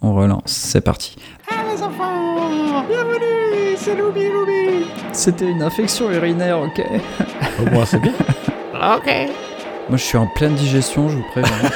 on relance, c'est parti. Ah les enfants Bienvenue C'est Loubi Loubi C'était une infection urinaire, ok. Au moins, c'est bien. Ok Moi, je suis en pleine digestion, je vous préviens.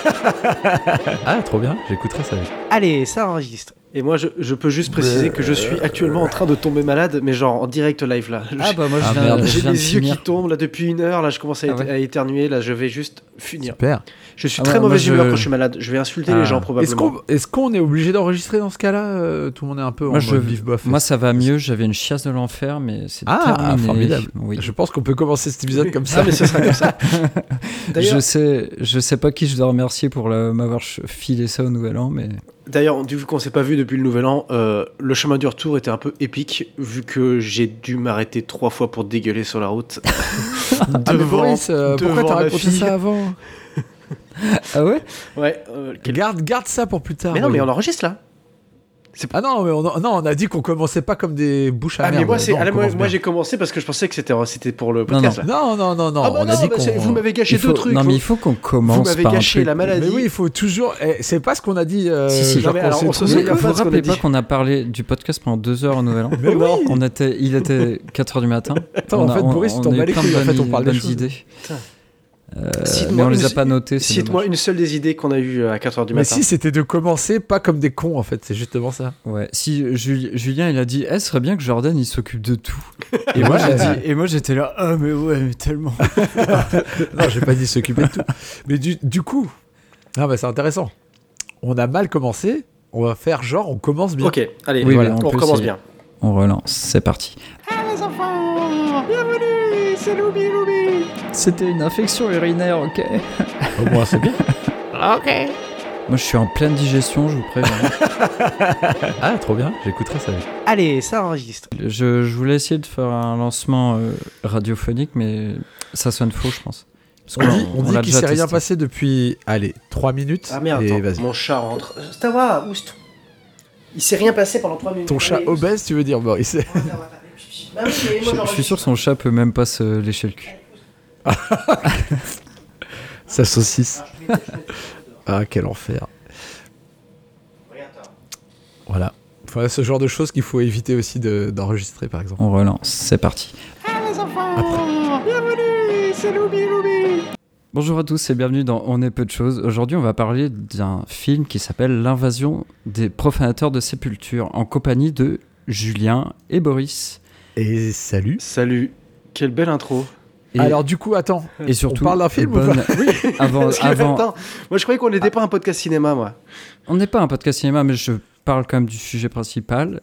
Ah, trop bien, j'écouterai ça. Allez, ça enregistre Et moi, je, je peux juste préciser que je suis actuellement en train de tomber malade, mais genre en direct live là. ah bah moi, je Ah, viens, merde. je J'ai viens de des yeux qui finir. tombent là depuis une heure, là je commence à, Ah éter- ouais. à éternuer, là je vais juste finir. Super. Je suis Ah très ouais, moi, mauvaise je- humeur quand je suis malade, je vais insulter Ah. les gens Est-ce probablement. qu'on est, qu'on est obligé d'enregistrer dans ce cas-là euh, Tout le monde est un peu Moi, en je- mode vif bof. Moi, ça va mieux, j'avais une chiasse de l'enfer, mais c'est Ah, terminé. formidable. Oui. Je pense qu'on peut commencer cet épisode comme ça. Ah, mais ce sera comme ça. Je D'ailleurs, sais, je sais pas qui je dois remercier pour le- m'avoir ch- filé ça au Nouvel An, mais d'ailleurs, vu qu'on s'est pas vu depuis le nouvel an, euh, le chemin du retour était un peu épique, vu que j'ai dû m'arrêter trois fois pour dégueuler sur la route. Ah, mais devant, Boris, euh, pourquoi devant t'as ma raconté fille. ça avant ah ouais, Ouais. euh, quel- garde, garde ça pour plus tard. Mais non, mais Olivier. on enregistre là. Ah non, mais on, non, on a dit qu'on commençait pas comme des bouches à Ah, mais merde. moi, c'est- Non, on ah, là, moi, commence moi bien. j'ai commencé parce que je pensais que c'était euh, c'était pour le podcast là. Non, non, non, non. Ah bah on a non, dit bah, c'est- qu'on. vous m'avez gâché Il faut- deux trucs. Non, mais vous- il faut qu'on Vous commence m'avez par un gâché truc. la maladie. Mais oui, il faut toujours. eh, c'est pas ce qu'on a dit. euh, Si, si. genre Non, mais qu'on alors, s'est on se Vous trouvé- souvient vous pas de ce qu'on a rappelez pas dit. qu'on a parlé du podcast pendant deux heures au Nouvel An Mais non. On était, il était 4h du matin. Attends, On en a- fait, on- Boris, tu on t'en a eu bats les plein couilles. de En fait, on bonnes- parle des bonnes choses. idées. Putain. Euh, mais Cite-moi on les a une- pas notées. c'est Cite-moi dommage. une seule des idées qu'on a eues à 4h du Mais matin. si, c'était de commencer pas comme des cons, en fait. C'est justement ça. Ouais. Si euh, Jul- Julien, il a dit, eh, ce serait bien que Jordan, il s'occupe de tout. Et moi, Ouais. j'ai dit, et moi, j'étais là, ah mais ouais, mais tellement. Non, j'ai pas dit s'occuper de tout. Mais du, du coup, non, bah, c'est intéressant. On a mal commencé. On va faire genre, on commence bien. Ok, allez, Oui, voilà, mais on on peut recommence essayer. bien. On relance. C'est parti. Ah les enfants Bienvenue C'est Loubi Loubi C'était une infection urinaire, ok. Au moins, c'est bien. Ok Moi, je suis en pleine digestion, je vous préviens. Ah, trop bien. J'écouterai ça. Allez, ça enregistre je, je voulais essayer de faire un lancement euh, radiophonique, mais ça sonne faux, je pense. Parce On qu'on- dit, on dit l'a qu'il déjà s'est rien testé. passé depuis, allez, 3 minutes. Ah merde, et attends, vas-y. mon chat rentre. Ça va, oust. Il s'est rien passé pendant 3 minutes. Ton chat Allez, obèse, tu veux dire Boris Bah oui, mais moi, Je, je j'enregistre. suis sûr que son chat peut même pas se lécher le cul. Sa saucisse. ah, quel enfer. Voilà. Voilà ce genre de choses qu'il faut éviter aussi de- d'enregistrer, par exemple. On relance, c'est parti. Ah les enfants Bienvenue C'est Loubi Loubi Bonjour à tous et bienvenue dans On est peu de choses. Aujourd'hui, on va parler d'un film qui s'appelle L'invasion des profanateurs de sépulture en compagnie de Julien et Boris. Et salut. Salut, quelle belle intro. Et, Alors, du coup, attends. et surtout, on parle d'un film ou bonne- Oui, avant, Parce que, avant- attends, moi je croyais qu'on n'était pas un podcast cinéma, moi. on n'est pas un podcast cinéma, mais je parle quand même du sujet principal.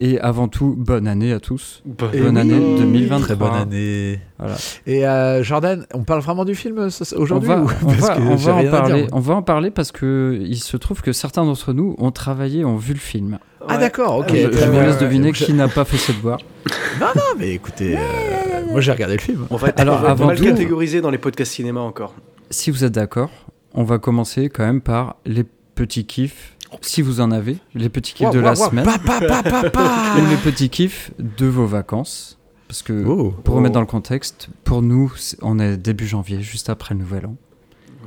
et avant tout, bonne année à tous. Et bonne oui. année 2023. Très bonne année. Voilà. Et euh, Jordan, on parle vraiment du film euh, ce- On aujourd'hui va, ou- on parce va- que on j'ai va en rien à dire, parler. moi. On va en parler parce que il se trouve que certains d'entre nous ont travaillé, ont vu le film. Ah Ouais. d'accord, ok. je Ah, ouais, je ouais, vous ouais, laisse ouais. deviner Donc, je- qui n'a pas fait ses devoirs. Non, non, mais écoutez, euh, moi j'ai regardé le film. En fait, Alors, on va avant mal tout- catégorisé dans les podcasts cinéma encore. Si vous êtes d'accord, on va commencer quand même par les petits kiffs, si vous en avez, les petits kiffs Waouh, de la waouh, waouh, semaine pa, pa, pa, pa, pa. ou les petits kiffs de vos vacances. Parce que Oh. pour remettre dans le contexte, pour nous, c'est- on est début janvier, juste après le nouvel an.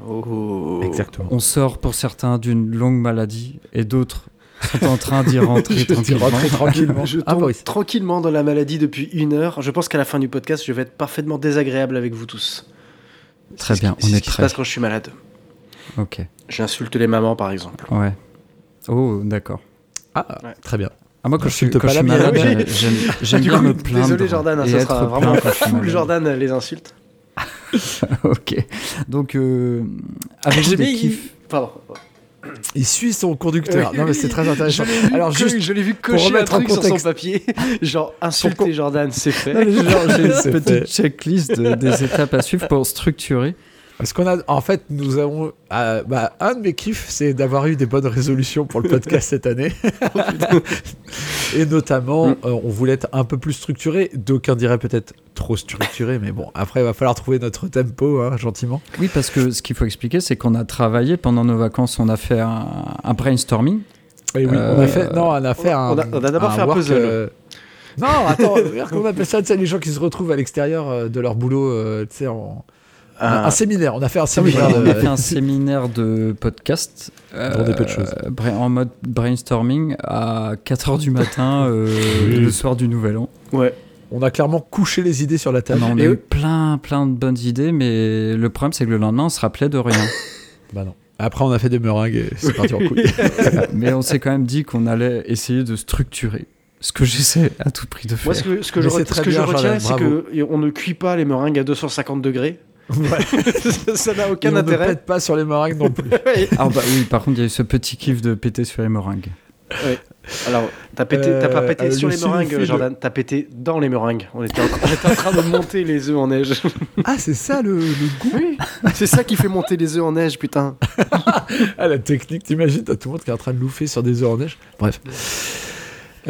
Oh. Exactement. On sort pour certains d'une longue maladie et d'autres sont en train d'y rentrer Je suis tranquillement. rentré tranquillement. Je Ah, tombe Boris. tranquillement dans la maladie depuis une heure. Je pense qu'à la fin du podcast, je vais être parfaitement désagréable avec vous tous. C'est Très ce qui- bien, on c'est est ce qui se prêt. passe quand je suis malade. Ok, J'insulte les mamans, par exemple. ouais. Oh, d'accord. Ah, Ouais. très bien. Ah, moi, quand je suis, Insulte quand pas je la suis mienne, malade, oui. j'ai- j'aime j'aime Du bien coup, me plaindre. Désolé, Jordan, hein, et ça être sera plein vraiment quand je suis full malade. Jordan les insultes. Ok. Donc, euh, avez-vous des bien- kiffs Pardon. Il suit son conducteur. Non, mais c'est très intéressant. Alors juste, je l'ai vu cocher un cocher un truc truc sur son sur son papier. Genre, insulter Jordan, c'est fait. Non, mais genre, j'ai C'est une fait. petite checklist de- des étapes à suivre pour structurer. parce qu'on a, en fait, nous avons, euh, bah, un de mes kiffs, c'est d'avoir eu des bonnes résolutions pour le podcast cette année. Et notamment, Mm. euh, on voulait être un peu plus structuré. D'aucuns diraient peut-être trop structuré, mais bon, après, il va falloir trouver notre tempo, hein, gentiment. Oui, parce que ce qu'il faut expliquer, c'est qu'on a travaillé pendant nos vacances, on a fait un, un brainstorming. Et oui, Euh, on a fait, non, on a fait un. on a- on a d'abord fait un work, puzzle. euh, Non, attends, comment on appelle ça, tu sais, les gens qui se retrouvent à l'extérieur euh, de leur boulot, euh, tu sais, en, Ah. Un séminaire, on a fait un Oui, séminaire. on de- a fait un séminaire de podcast. euh, Pour des peu de choses. bra- En mode brainstorming à 4h du matin, euh, le soir du Nouvel An. Ouais. On a clairement couché les idées sur la table. On en a Et eu oui. plein, plein de bonnes idées, mais le problème, c'est que le lendemain, on se rappelait de rien. Bah non. Après, on a fait des meringues et c'est parti en couille. mais on s'est quand même dit qu'on allait essayer de structurer ce que j'essaie à tout prix de faire. Moi, ce que, ce que Mais je, c'est re- très ce que je bien, retiens, Jordan, c'est bravo. qu'on ne cuit pas les meringues à 250 degrés. ça n'a Et on aucun ne intérêt. pète pas sur les meringues non plus. Ah bah oui, par contre, il y a eu ce petit kiff de péter sur les meringues. Alors, t'as pété, t'as pas Euh, pété euh, sur le les meringues, silophile. Jordan. T'as pété dans les meringues. On était, en, on était en train de monter les œufs en neige. Ah, c'est ça le, le goût Oui, c'est ça qui fait monter les œufs en neige, putain. Ah, la technique, t'imagines, t'as tout le monde qui est en train de louffer sur des œufs en neige. Bref.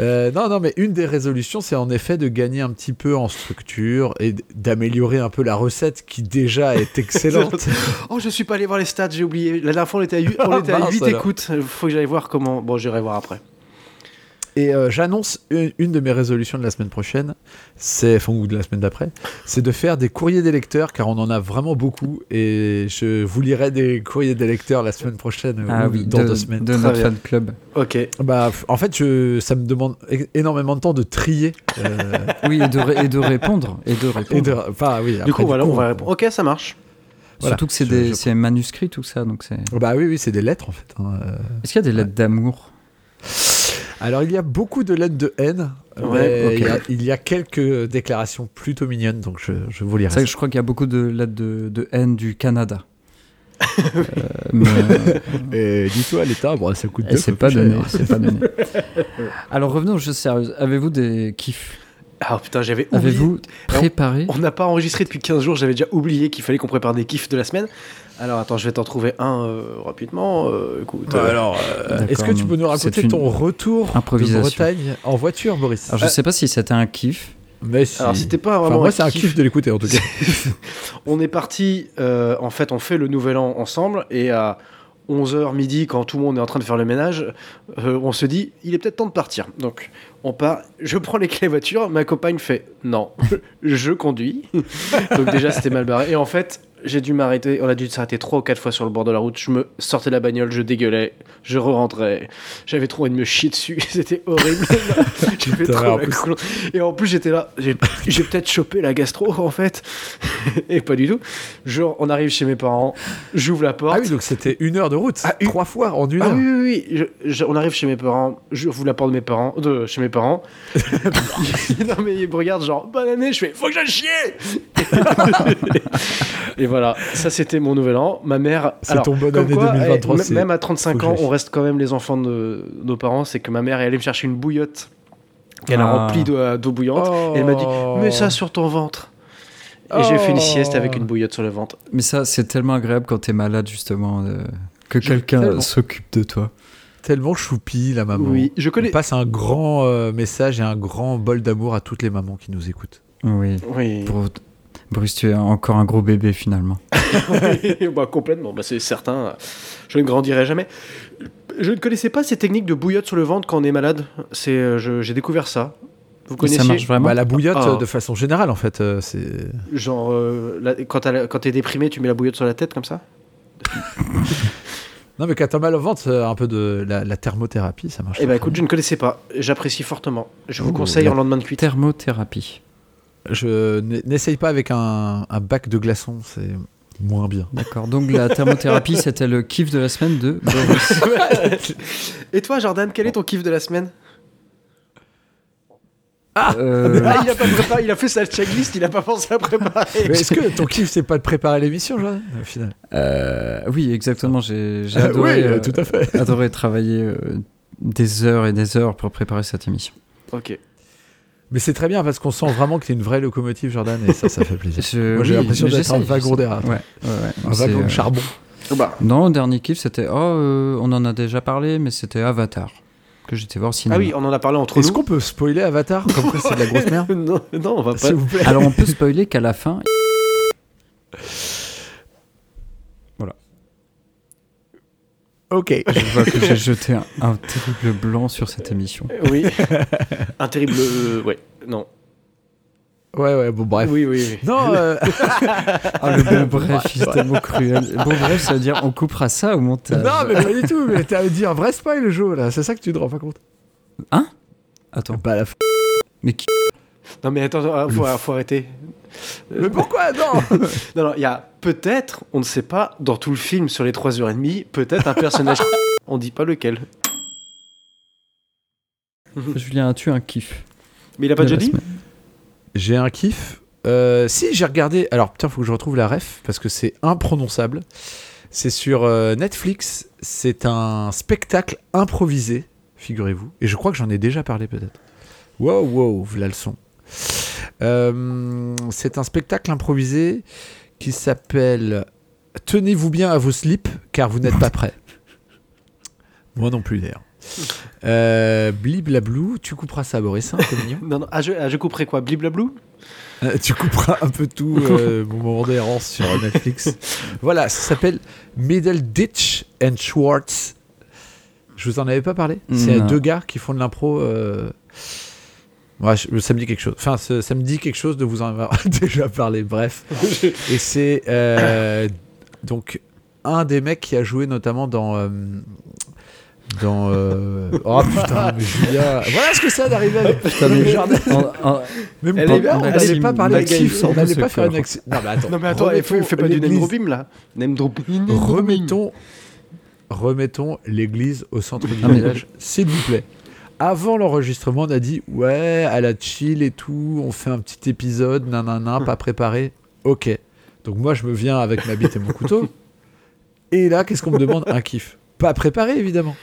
Euh, non, non, mais une des résolutions, c'est en effet de gagner un petit peu en structure et d- d'améliorer un peu la recette qui déjà est excellente. Oh, je suis pas allé voir les stats, j'ai oublié. La dernière fois, on était à 8, on Ah, était à mince, 8 alors. écoutes. Faut que j'aille voir comment. Bon, j'irai voir après. Et euh, j'annonce une, une de mes résolutions de la semaine prochaine, c'est enfin, ou de la semaine d'après, c'est de faire des courriers des lecteurs car on en a vraiment beaucoup et je vous lirai des courriers des lecteurs la semaine prochaine euh, Ah ou oui, dans de, deux semaines. de Très notre bien. fan club. Ok. Bah, f- en fait, je, ça me demande é- énormément de temps de trier. euh, Oui, et de, ré- et de répondre. Et de répondre. et de- enfin, oui, après, du coup, voilà, on va répondre. Ok, ça marche. Voilà, Surtout que c'est je- des je c'est manuscrit, tout ça. Donc c'est... Bah oui, oui, c'est des lettres en fait. hein, euh. Est-ce qu'il y a des lettres d'amour Alors, il y a beaucoup de lettres de haine. Ouais, mais ok. il, y a, il y a quelques déclarations plutôt mignonnes, donc je, je vous lirai. C'est vrai que ça. je crois qu'il y a beaucoup de lettres de, de haine du Canada. Euh, mais euh, Et dis-toi, à l'État, bon, ça coûte et deux c'est fois pas plus donné. cher. c'est pas donné. Alors revenons aux choses sérieuses. Avez-vous des kiffs Ah putain, j'avais oublié. Avez-vous préparé On n'a pas enregistré depuis 15 jours, j'avais déjà oublié qu'il fallait qu'on prépare des kiffs de la semaine. Alors attends, je vais t'en trouver un euh, rapidement. Euh, écoute, Bah euh, alors, euh, D'accord, est-ce que tu peux nous c'est raconter une ton retour de improvisation. Bretagne en voiture, Boris Euh, Alors je sais pas si c'était un kiff. Mais si. alors c'était pas Enfin, vraiment. moi, c'est un kiff de l'écouter en tout cas. on est parti, euh, en fait, on fait le nouvel an ensemble et à 11h midi, quand tout le monde est en train de faire le ménage, euh, on se dit, il est peut-être temps de partir. Donc, on part, je prends les clés voiture, ma compagne fait, non, je conduis. Donc, déjà, c'était mal barré. Et en fait, j'ai dû m'arrêter, on a dû s'arrêter trois ou quatre fois sur le bord de la route. Je me sortais de la bagnole, je dégueulais, je re-rentrais. J'avais trop envie de me chier dessus, c'était horrible. J'avais Putain, trop en la plus. colon- Et en plus, j'étais là, j'ai j'ai peut-être chopé la gastro, en fait. Et pas du tout. Genre, on arrive chez mes parents, j'ouvre la porte. Ah oui, donc c'était une heure de route, Ah, une- trois fois en une Ah heure. oui, oui, oui. Je- je- on arrive chez mes parents, j'ouvre la porte de mes parents, de chez mes parents. non, mais ils me regardent genre, bonne année, je fais, faut que j'aille chier Et voilà, ça c'était mon nouvel an. Ma mère. C'est alors, ton bonne comme année quoi, 2023, eh, m- c'est- même à faut 35 que ans, j'aille. on reste quand même les enfants de nos parents. C'est que ma mère est allée me chercher une bouillotte qu'elle a Ah. remplie de- d'eau bouillante. Et elle m'a dit, mets ça sur ton ventre. Et j'ai fait une Oh. sieste avec une bouillotte sur le ventre. Mais ça c'est tellement agréable quand t'es malade justement euh, que quelqu'un tellement. s'occupe de toi. Tellement choupi, la maman. Oui, je On connais. passe un grand euh, message et un grand bol d'amour à toutes les mamans qui nous écoutent. Oui. Oui. Pour- Bruce, tu es encore un gros bébé finalement. bah, complètement, bah, c'est certain. Je ne grandirai jamais. Je ne connaissais pas ces techniques de bouillotte sur le ventre quand on est malade. C'est, euh, je- j'ai découvert ça. Vous Et connaissez ça marche vraiment. Bah, la bouillotte, Ah. euh, de façon générale, en fait, euh, c'est. Genre, euh, la- quand, t'as la- quand t'es déprimé, tu mets la bouillotte sur la tête comme ça Non, mais quand t'as mal au ventre, euh, un peu de la, la thermothérapie, ça marche. Eh bah très écoute, je ne connaissais pas. J'apprécie fortement. Je vous Oh, conseille la- en lendemain de cuite. Thermothérapie. bien. Je n- n'essaye pas avec un, un bac de glaçons, c'est moins bien. D'accord. Donc la thermothérapie, c'était le kiff de la semaine de Boris. Et toi, Jordan, quel est ton kiff de la semaine Euh, Ah, il a pas préparé, il a fait sa checklist, il a pas pensé à préparer. Mais est-ce que ton kiff, c'est pas de préparer l'émission, Jean, au final euh, oui, exactement. J'ai j'ai Euh, adoré, Oui, euh, tout à fait. adoré travailler euh, des heures et des heures pour préparer cette émission. Ok. Mais c'est très bien parce qu'on sent vraiment que t'es une vraie locomotive, Jordan, et ça, ça fait plaisir. Je- Moi, j'ai Euh, oui, l'impression mais d'être j'essaye, un wagon j'essaye. d'érable. Ouais, ouais, ouais. Un C'est, wagon euh, de charbon. Bah. Non, le dernier kiff, c'était. Oh, euh, on en a déjà parlé, mais c'était Avatar. Que j'étais voir au cinéma. Ah oui, on en a parlé entre Est-ce nous. qu'on peut spoiler Avatar Comme quoi, c'est de la grosse merde non, non, on va pas. S'il vous plaît. Alors on peut spoiler qu'à la fin. Ok. Je vois que j'ai jeté un, un terrible blanc sur cette émission. Oui. Un terrible. euh, ouais, non. Ouais, ouais, bon, bref. Oui, oui, oui. Non, euh, Ah, le bon bref, c'est tellement cruel. Bon bref, ça veut dire on coupera ça au montage. non, mais pas du tout. Mais t'as dit un vrai spoil, Jo, là. C'est ça que tu te rends pas compte. Attends, Bah, la f... mais qui Non, mais attends, attends, faut, ah, faut arrêter. Euh, Mais pourquoi Non Non, non, il y a peut-être, on ne sait pas, dans tout le film sur les 3h30, peut-être un personnage. on dit pas lequel. Julien a tué un kiff. Mais il a pas de la déjà dit semaine. J'ai un kiff. Euh, si, j'ai regardé. Alors, putain, faut que je retrouve la ref parce que c'est imprononçable. C'est sur euh, Netflix. C'est un spectacle improvisé, figurez-vous. Et je crois que j'en ai déjà parlé, peut-être. Wow, wow, voilà le son. Euh, c'est un spectacle improvisé qui s'appelle Tenez-vous bien à vos slips car vous n'êtes pas prêts. Moi non plus, d'ailleurs. Euh, bliblablou, tu couperas ça, Boris, hein, c'est mignon. Non, non, ah, je, ah, je couperai quoi Bliblablou Euh, tu couperas un peu tout euh, mon moment d'errance sur Netflix. voilà, ça s'appelle Middle Ditch and Schwartz. Je vous en avais pas parlé. C'est Non. deux gars qui font de l'impro. euh, ouais, je- ça me dit quelque chose. Enfin, ça ça me dit quelque chose de vous en avoir déjà parlé. Bref. Et c'est euh, donc un des mecs qui a joué notamment dans. euh, dans euh, oh putain mais Julia voilà ce que c'est d'arriver avec Putain, mais- le jardin En- en- même Elle pas, est bien, on Maxime, n'allait pas parler Maxime, d'actifs, on sors de n'allait ce pas faire corps. une acci- Non mais attends, Non, mais attends, il remettons fait, fait pas du name l'église- dropping là Name dropping Remettons, remettons l'église au centre du Ah, mais- village, s'il vous plaît. Avant l'enregistrement, on a dit ouais, à la chill et tout, on fait un petit épisode, nanana, pas préparé. Ok. Donc moi, je me viens avec ma bite et mon couteau. Et là, qu'est-ce qu'on me demande Un kiff. Pas préparé, évidemment.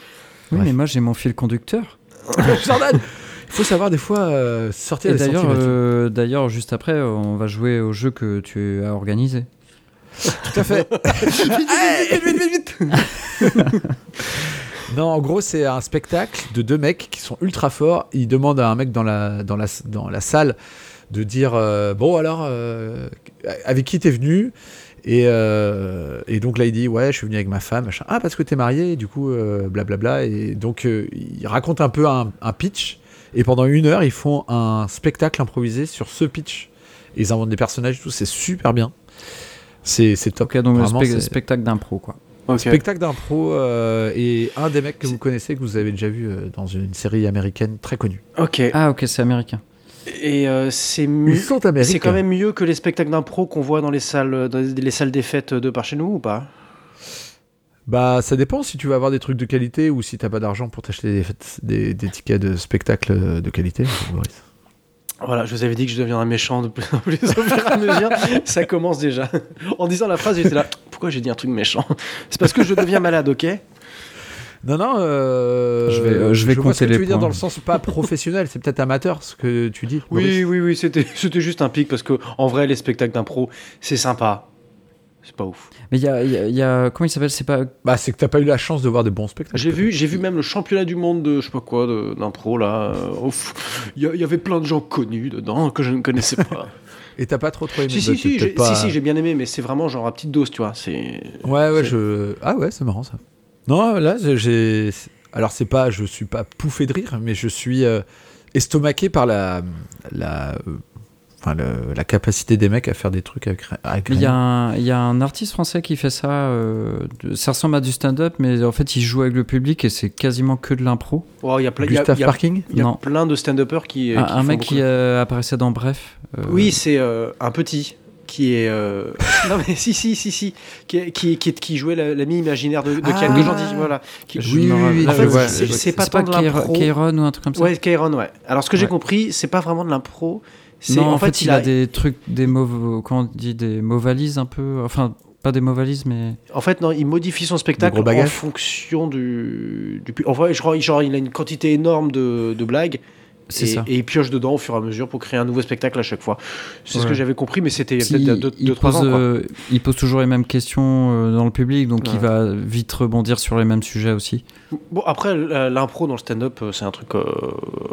Oui, Bref. mais moi j'ai mon fil conducteur. Jordan, il faut savoir des fois euh, sortir Et des d'ailleurs, sentiments. euh, d'ailleurs, juste après, euh, on va jouer au jeu que tu as organisé. Tout à fait. Non, en gros, c'est un spectacle de deux mecs qui sont ultra forts. Ils demandent à un mec dans la, dans la, dans la salle de dire euh, Bon, alors, euh, avec qui t'es venu et, euh, et donc là, il dit Ouais, je suis venu avec ma femme, machin. Ah, parce que t'es marié, du coup, euh, blablabla. et donc, euh, il raconte un peu un, un pitch. Et pendant une heure, ils font un spectacle improvisé sur ce pitch. Et ils inventent des personnages, et tout. C'est super bien. C'est c'est top. Ok, donc le Vraiment, spec- c'est- spectacle d'impro, quoi. Ok. Spectacle d'impro euh, et un des mecs que vous connaissez, que vous avez déjà vu euh, dans une série américaine très connue. Ok. Ah, ok, c'est américain. Et euh, c'est Ils mieux. sont américains. C'est quand même mieux que les spectacles d'impro qu'on voit dans les salles, dans les salles des fêtes de par chez nous ou pas Bah, ça dépend si tu vas avoir des trucs de qualité ou si t'as pas d'argent pour t'acheter des, fêtes- des, des tickets de spectacle euh, de qualité. Boris. Voilà, je vous avais dit que je deviendrais méchant de plus en plus au fur et à mesure. Ça commence déjà. En disant la phrase, j'étais là. Pourquoi j'ai dit un truc méchant C'est parce que je deviens malade, ok Non, non. euh, Je vais, euh, je vais vois compter ce que les tu veux dire points. dans le sens pas professionnel, c'est peut-être amateur ce que tu dis. Oui, Boris. oui, oui, c'était c'était juste un pic parce que en vrai, les spectacles d'impro, c'est sympa. C'est pas ouf. Mais il y a, il y a- il y a- comment il s'appelle C'est pas Bah, c'est que t'as pas eu la chance de voir de bons spectacles. J'ai vu, j'ai vu même le championnat du monde de je sais pas quoi de- d'impro là. euh, ouf. Il y, a- il y avait plein de gens connus dedans que je ne connaissais pas. Et t'as pas trop trop aimé. si, bah, t'es si, si, peut-être j'ai pas- si, si, j'ai bien aimé, mais c'est vraiment genre à petite dose, tu vois. C'est Ouais, ouais, C'est- je. Ah ouais, c'est marrant ça. Non, là, j'ai- j'ai. Alors, c'est pas. Je suis pas pouffé de rire, mais je suis euh, estomaqué par la. la euh, Enfin, le- la capacité des mecs à faire des trucs avec, avec Mais il y, a rien. un- il y a un artiste français qui fait ça. euh, de- ça ressemble à du stand-up, mais en fait, il joue avec le public et c'est quasiment que de l'impro. Oh, il y a plein, il y a- Gustave il y a- Parking il y a Non. plein de stand-uppers qui, Un, qui un font mec beaucoup qui de- euh, apparaissait dans Bref. euh, Oui, c'est euh, un petit qui est. euh, non mais si si si si qui est- qui qui, qui jouait la- l'ami imaginaire de, de Ah. Calme Gentil, voilà. Qui- je Oui, me oui, rappelle- Ah, oui, je en fait, vois, c'est- je- c'est pas pas tant de l'impro. Kairon ou un truc comme ça. Ouais, Kairon, ouais. Alors ce que j'ai Ouais. compris, c'est pas vraiment de l'impro. C'est non, en, fait, il, a, des trucs, des mots, comment on dit, des mots valises un peu. Enfin, pas des mots valises, mais. En fait, non, il modifie son Des spectacle gros bagages. en fonction du. du pu- en vrai, je crois, genre, il a une quantité énorme de, de blagues. C'est et, ça. et il pioche dedans au fur et à mesure pour créer un nouveau spectacle à chaque fois. C'est ce Ouais. que j'avais compris, mais c'était il y a il, peut-être il 2-3 pose, ans. quoi. euh, il pose toujours les mêmes questions euh, dans le public, donc il Ouais. va vite rebondir sur les mêmes sujets aussi. Bon, après, la- l'impro dans le stand-up, euh, c'est un truc euh, euh,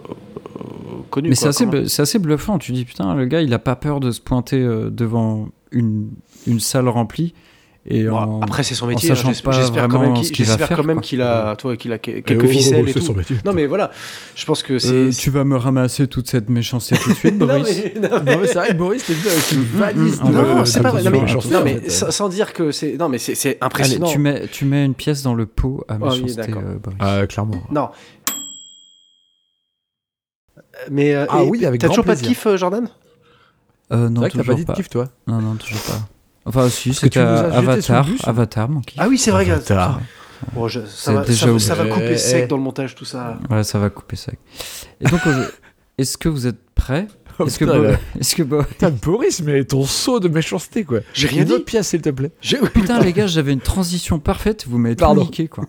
connu. bah, Mais quoi, c'est assez, quand même. bl- c'est assez bluffant. Tu dis, putain, le gars, il a pas peur de se pointer euh, devant une, une salle remplie Et Bon, en- après, c'est son en métier. hein, sachant j'es- pas J'espère quand même vraiment qu'il ce qu'il va j'espère faire, quand même quoi. qu'il a, toi, qu'il a que- Eh, quelques oh, oh, ficelles oh, et c'est tout. son métier. Non mais voilà, je pense que c'est. Euh, tu vas me ramasser toute cette méchanceté tout de suite, Non, Boris. mais- non, mais- Non, mais c'est vrai que Boris, t'es venu avec une valise Mm, mm, de. mm. Non, Euh, c'est pas vrai. Non, mais, attention, non, mais sans, sans dire que c'est. Non, mais c'est- c'est Allez, impressionnant. tu mets, tu mets une pièce dans le pot à Oh, oui, méchanceté, d'accord. euh, Boris. Ah, clairement. Non. Mais euh, Ah et- oui, avec t'as grand toujours pas de plaisir. kiff, euh, Jordan Euh, C'est non, vrai que t'as pas toujours dit de pas. kiff, toi. Non, non, toujours pas. Enfin, si, Parce que tu c'était nous as euh, jeté Avatar. sous le bus. hein. Avatar, mon kiff. Ah oui, c'est vrai, gars. Avatar. Bon, Oh, je- ça, C'est va, déjà ça, va- ça va oublié. couper Eh, eh. sec dans le montage, tout ça. Ouais, ça va couper sec. Et donc, euh, est-ce que vous êtes prêts Oh, Est-ce que, putain, Bo- euh, là. est-ce que Bo- Putain, Boris, mais ton saut de méchanceté, quoi. J'ai rien Une dit. autre pièce, s'il te plaît. J'ai- Putain, les gars, j'avais une transition parfaite, vous m'avez tout Pardon. niqué, quoi.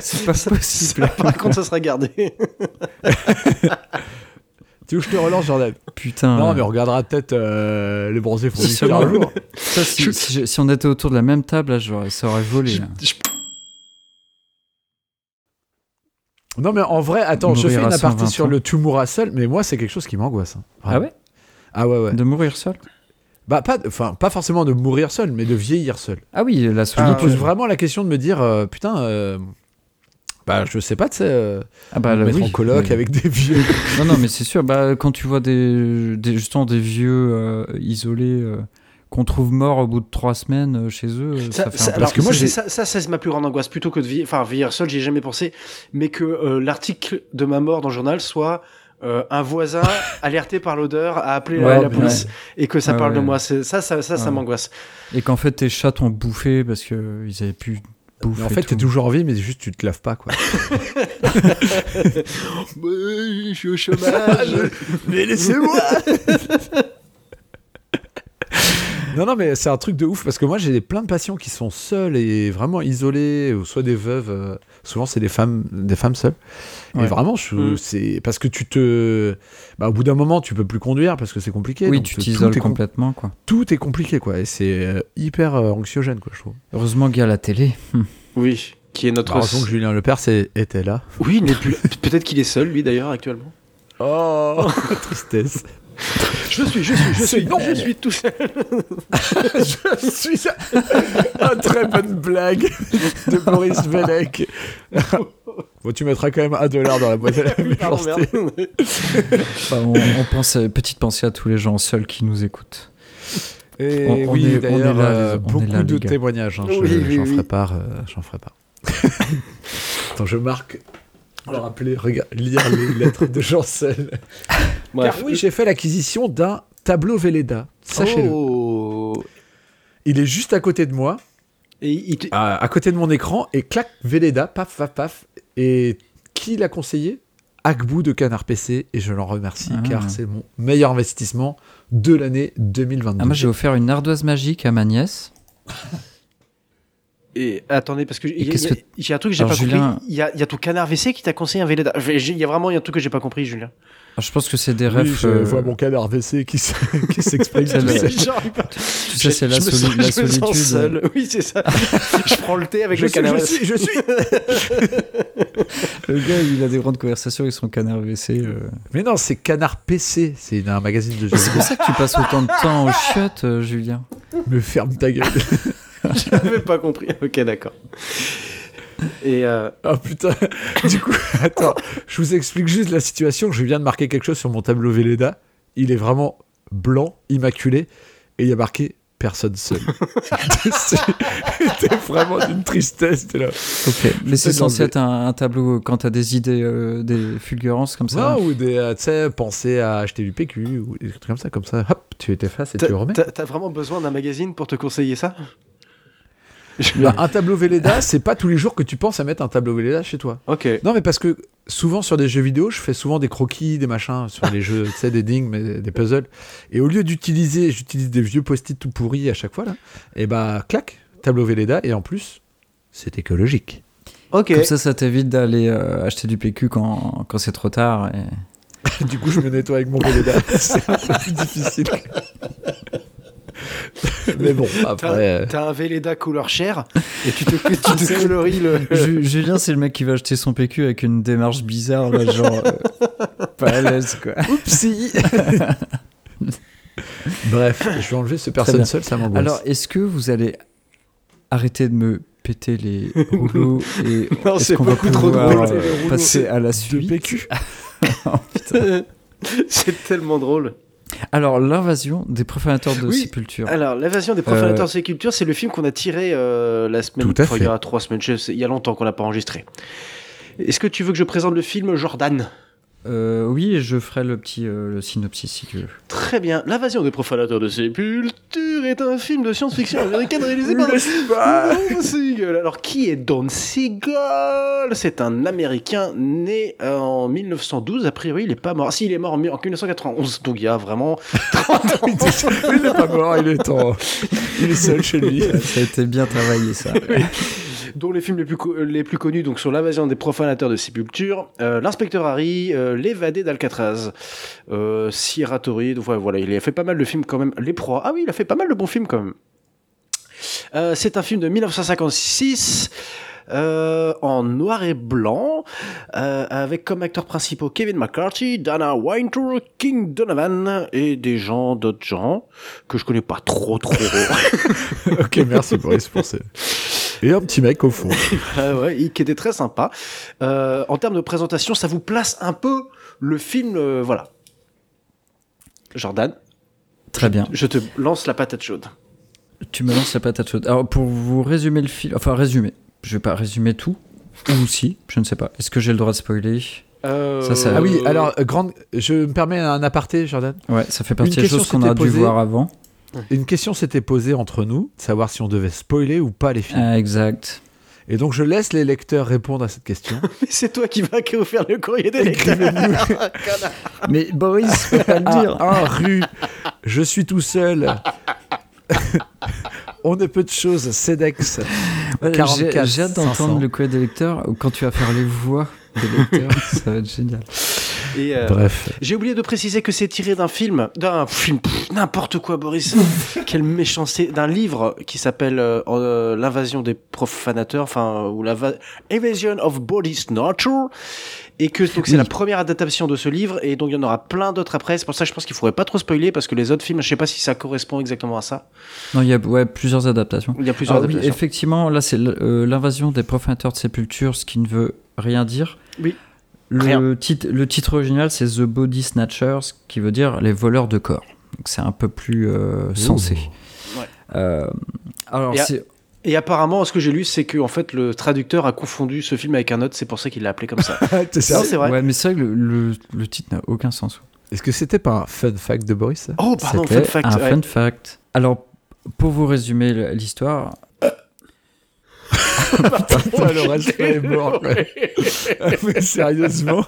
C'est pas possible. Ça, par contre, ça sera gardé. Tu veux que je te relance, Jordan Putain. Non, mais on regardera peut-être euh, les bronzés Si fournisseurs seulement. un jour. Ça, si, si je- si on était autour de la même table, là, j'aurais- ça aurait volé. là. Non, mais en vrai, attends, je Mourir fais à une aparté 120 sur ans. le Tumura seul, mais moi, c'est quelque chose qui m'angoisse. hein. Ah ouais Ah ouais, ouais. De mourir seul Bah, pas, enfin, pas forcément de mourir seul, mais de vieillir seul. Ah oui, la Je me pose solitude. vraiment la question de me dire, euh, putain, euh, bah, je sais pas, tu sais, euh, Ah bah me là, mettre oui, en coloc mais- avec des vieux. Non, non, mais c'est sûr. Bah, quand tu vois des, des justement des vieux euh, isolés euh, qu'on trouve morts au bout de trois semaines euh, chez eux, euh, ça, Ça, fait un ça- peu. alors, que moi, ça, j'ai- ça, ça, c'est ma plus grande angoisse. Plutôt que de vivre, enfin, vieillir seul, j'y ai jamais pensé, mais que euh, l'article de ma mort dans le journal soit euh, un voisin alerté par l'odeur a appelé la, Ouais, la mais police et que ça Ouais, parle de ouais. moi. C'est- Ça, ça, ça, ça Ouais. m'angoisse. Et qu'en fait tes chats t'ont bouffé parce que euh, ils avaient pu bouffer. Mais en fait, tout. t'es toujours en vie, mais juste tu te laves pas, quoi. Je suis au chômage. mais laissez-moi Non, non, mais c'est un truc de ouf parce que moi j'ai plein de patients qui sont seuls et vraiment isolés, ou soit des veuves, euh, souvent c'est des femmes, des femmes seules. Et Ouais. vraiment, je- Mm. c'est parce que tu te. Bah, au bout d'un moment, tu peux plus conduire parce que c'est compliqué. Oui, donc tu tout t'isoles est com- complètement, quoi. Tout est compliqué, quoi. Et c'est euh, hyper euh, anxiogène, quoi, je trouve. Heureusement qu'il y a la télé. oui, qui est notre. Bah, heureusement que Julien Lepers est- était là. Oui, il n'est plus. Peut-être qu'il est seul, lui d'ailleurs, actuellement. Oh Tristesse. Je suis, je suis, je C'est suis. bon. je suis tout seul. Je suis une très bonne blague de Boris Velec. bon, tu mettras quand même un dollar dans la boîte à la Pardon, méchanceté. merde. Enfin, on, on pense à- petite pensée à tous les gens seuls qui nous écoutent. Et On- on oui, est- on est d'ailleurs, là, les- on euh, est beaucoup là, les de gars. témoignages. hein, je- Oui, oui, J'en oui. ferai part. euh, J'en ferai part. Attends, je marque. Leur rappeler, regarde, lire les lettres de Chancel. Bref. Car oui, j'ai fait l'acquisition d'un tableau Velleda. Sachez-le. Oh. Il est juste à côté de moi. Et il te- à, à côté de mon écran et clac, Velleda, paf, paf, paf. Et qui l'a conseillé Akbou de Canard PC et je l'en remercie Ah. car c'est mon meilleur investissement de l'année 2022. Ah, moi, j'ai offert une ardoise magique à ma nièce. Et attendez, parce que il y, a- qu'est-ce il y a- il y a un truc que j'ai pas Alors, Julien- compris. Il y, a, il y a ton canard WC qui t'a conseillé un Velleda. Je- j'ai- Il y a vraiment il y a un truc que j'ai pas compris, Julien. Alors, Ah, je pense que c'est des Oui, rêves. je euh, vois mon canard PC qui s- qui s'exprime. C'est tout le- seul. Tu sais, c'est la, soli- la solitude. seul. Oui, c'est ça. je prends le thé avec Je le suis, canard je WC. suis, je suis. Le gars, il a des grandes conversations avec son canard WC. euh. Mais non, c'est Canard PC, c'est un magazine de jeux C'est pour ça que tu passes autant de temps aux chiottes, euh, Julien. vidéo. Me ferme ta gueule. J'avais pas compris. Ok, d'accord. Et euh, Ah putain, du coup, attends, je vous explique juste la situation. Je viens de marquer quelque chose sur mon tableau Velleda. Il est vraiment blanc, immaculé, et il y a marqué personne seule. C'était vraiment d'une tristesse, t'es là. Ok, mais c'est de l'enlever. censé être un, un tableau quand t'as des idées, euh, des fulgurances comme ça. Non, ou des, euh, tu sais, penser à acheter du PQ, ou des trucs comme ça, comme ça. Hop, tu t'effaces et t'as tu remets. t'as- t'as vraiment besoin d'un magazine pour te conseiller ça Bah, un tableau Velleda, c'est pas tous les jours que tu penses à mettre un tableau Velleda chez toi. Ok. Non, mais parce que souvent sur des jeux vidéo, je fais souvent des croquis, des machins, sur les jeux, tu sais, des dings, mais des puzzles. Et au lieu d'utiliser, j'utilise des vieux post-it tout pourris à chaque fois, là, et bah, clac, tableau Velleda, et en plus, c'est écologique. Ok. Comme ça, ça t'évite d'aller euh, acheter du PQ quand, quand c'est trop tard. et- du coup, je me nettoie avec mon Velleda. c'est un peu plus difficile. mais bon, après. T'as euh, t'as un Velleda couleur chair et tu te, tu te coloris le. Euh. Ju- Julien, c'est le mec qui va acheter son PQ avec une démarche bizarre, là, genre euh, pas à l'aise, quoi. Oupsie Bref, je vais enlever ce bien. personne seul, ça m'angoisse. Alors, est-ce que vous allez arrêtez de me péter les rouleaux et Non, est-ce c'est qu'on va beaucoup trop pouvoir, drôle. euh, les rouleaux. passer à la De suite PQ. c'est tellement drôle. Alors, l'invasion des profanateurs de Oui. sépulture. Alors, l'invasion des profanateurs de sépulture, c'est le film qu'on a tiré euh, la semaine. Euh, Tout à enfin, fait. Il y a trois semaines, je sais- il y a longtemps qu'on l'a pas enregistré. Est-ce que tu veux que je présente le film Jordan Euh, oui, et je ferai le petit euh, le synopsis si tu veux. Très bien. L'invasion des profanateurs de sépulture est un film de science-fiction américaine réalisé par Don Siegel. Alors, qui est Don Siegel C'est un Américain né en 1912. A priori, il est pas mort. Ah, Si, il est mort en 1991. Donc, il y a vraiment 30 ans. Il n'est pas mort, il est en- Il est seul chez lui. Ça a été bien travaillé ça. dont les films les plus, co- euh, les plus connus donc, sont L'invasion des profanateurs de sépulture, euh, L'inspecteur Harry, euh, L'évadé d'Alcatraz, euh, Sierra Torrid, ouais, voilà, il a fait pas mal de films quand même. Les proies, ah oui, il a fait pas mal de bons films quand même. Euh, c'est un film de 1956 euh, en noir et blanc euh, avec comme acteurs principaux Kevin McCarthy, Dana Wintour, King Donovan et des gens d'autres gens que je connais pas trop trop. ok, merci Boris pour ça. Et un petit mec au fond. Ah ouais, il- qui était très sympa. Euh, en termes de présentation, ça vous place un peu le film, euh, voilà. Jordan, Très bien. je te lance la patate chaude. Tu me lances la patate chaude. Alors, pour vous résumer le film, enfin résumer, je vais pas résumer tout. Ou si, je ne sais pas. Est-ce que j'ai le droit de spoiler Ça, ça- Ah oui, alors, euh, grande... je me permets un aparté, Jordan. Ouais, ça fait partie des question choses qu'on s'était a dû posée. voir avant. Une question s'était posée entre nous, de savoir si on devait spoiler ou pas les films. Ah, exact. Et donc, je laisse les lecteurs répondre à cette question. Mais c'est toi qui vas qui va faire le courrier des lecteurs. Connard. Mais Boris, peut pas Ah, un rue, je suis tout seul. on est peu de choses, Cedex. 44, J'ai hâte 500. d'entendre le courrier des lecteurs. Quand tu vas faire les voix des lecteurs, ça va être génial. Et, euh, Bref. j'ai oublié de préciser que c'est tiré d'un film, d'un film, pff, n'importe quoi, Boris. Quelle méchanceté, d'un livre qui s'appelle euh, euh, L'invasion des profanateurs, enfin, euh, ou l'inva- Invasion of Body Snatcher. Et que donc c'est Oui. la première adaptation de ce livre, et donc il y en aura plein d'autres après. C'est pour ça que je pense qu'il faudrait pas trop spoiler, parce que les autres films, je sais pas si ça correspond exactement à ça. Non, il y a ouais, plusieurs adaptations. Il y a plusieurs Ah oui, adaptations. effectivement, là, c'est l- euh, l'invasion des profanateurs de sépulture, ce qui ne veut rien dire. Oui. Le, Rien. Titre, le titre original, c'est The Body Snatchers, ce qui veut dire les voleurs de corps. Donc c'est un peu plus euh, sensé. Ouais. Euh, alors, Et à- c'est- Et apparemment, ce que j'ai lu, c'est que en fait le traducteur a confondu ce film avec un autre, c'est pour ça qu'il l'a appelé comme ça. C'est ça. Non, c'est vrai. ouais, mais c'est vrai que le, le- le titre n'a aucun sens. Est-ce que c'était pas un fun fact de Boris ça Oh, pardon, fun C'était fact. un ouais. fun fact. Alors, pour vous résumer l- l'histoire, Putain, le reste est mort. quoi. Mais sérieusement.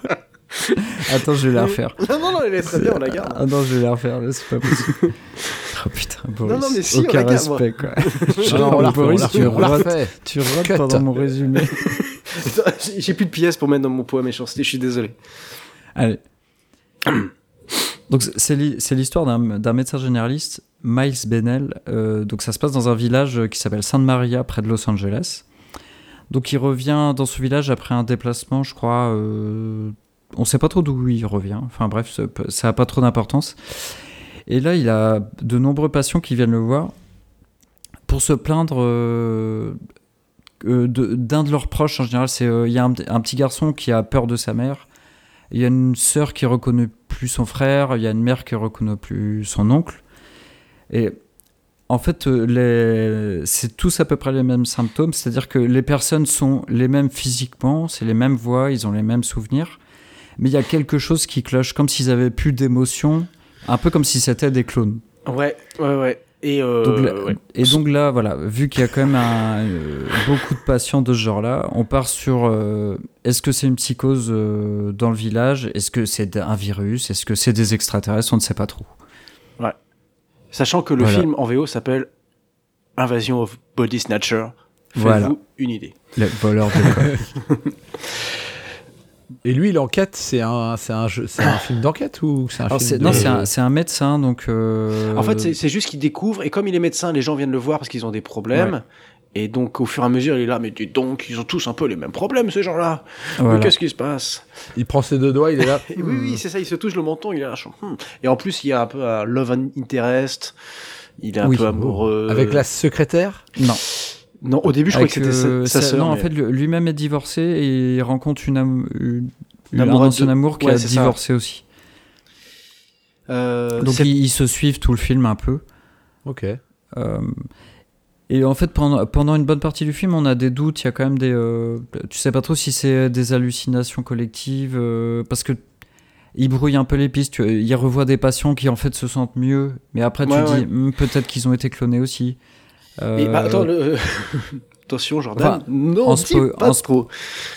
attends, je vais la refaire. Non, non, non, elle est très bien, on la garde. Ah non, je vais la refaire, là, c'est pas possible. oh putain, Boris. non, mais si, on aucun la garde, moi. respect, quoi. Non, on la refait, Boris, on la tu refait, on la rates- refait. Tu rates Cut. pendant mon résumé. Putain, j'ai- J'ai plus de pièces pour mettre dans mon poids méchanceté, je suis désolé. Allez. Donc c'est- c'est l'hi- c'est l'histoire d'un d'un médecin généraliste, Miles Bennell. Euh, donc ça se passe dans un village euh, qui s'appelle Sainte Maria, près de Los Angeles. Donc il revient dans ce village après un déplacement, je crois. euh, on sait pas trop d'où il revient. Enfin bref, ça peut- ça a pas trop d'importance. Et là, il a de nombreux patients qui viennent le voir pour se plaindre euh, euh, de- d'un de, leurs proches. En général, c'est euh, il y a un, un petit garçon qui a peur de sa mère. Il y a une sœur qui reconnaît plus son frère, il y a une mère qui reconnaît plus son oncle. Et en fait, euh, les... c'est tous à peu près les mêmes symptômes, c'est-à-dire que les personnes sont les mêmes physiquement, c'est les mêmes voix, ils ont les mêmes souvenirs, mais il y a quelque chose qui cloche, comme s'ils avaient plus d'émotion, un peu comme si c'était des clones. Ouais, ouais, ouais. Et euh, Donc, là- ouais. Et donc là, voilà, vu qu'il y a quand même un, euh, beaucoup de patients de ce genre-là, on part sur euh, est-ce que c'est une psychose euh, dans le village Est-ce que c'est un virus Est-ce que c'est des extraterrestres On ne sait pas trop. Sachant que le Voilà. film en VO s'appelle Invasion of Body Snatcher. Faites-vous Voilà. une idée. Les voleurs de corps. Et lui, il enquête. C'est un, c'est un jeu, c'est un film d'enquête ou c'est un Alors, film c'est- de- non, c'est un, c'est un médecin, donc. euh, En fait, c'est- c'est juste qu'il découvre, et comme il est médecin, les gens viennent le voir parce qu'ils ont des problèmes. Et donc, au fur et à mesure, il est là, mais dis donc, ils ont tous un peu les mêmes problèmes, ces gens-là. voilà. Hmm. Mais qu'est-ce qui se passe Il prend ses deux doigts, il est là. Et Oui, oui, c'est ça, il se touche le menton, il est là. genre, hmm. Et en plus, il y a un peu un love and interest. Il est un Oui. peu amoureux. Avec la secrétaire. Non, Non, au début, je Avec, croyais que c'était euh, sa, sa sa- sœur. Non, en mais- fait, lui- lui-même est divorcé et il rencontre une, am- une- Une un amoureuse ancien de- amour qui Ouais, a c'est ça. divorcé aussi. Euh, Donc c'est- ils, ils se suivent tout le film un peu. Ok. Euh, et en fait, pendant, pendant une bonne partie du film, on a des doutes. Il y a quand même des. euh, tu sais pas trop si c'est des hallucinations collectives. euh, parce que il brouille un peu les pistes. tu- Il revoit des patients qui en fait se sentent mieux. Mais après, tu Ouais, dis ouais. Hmm, peut-être qu'ils ont été clonés aussi. Euh, Et, bah, attends, le- attention, Jordan. Enfin, non, en dis spo- pas en spo- trop.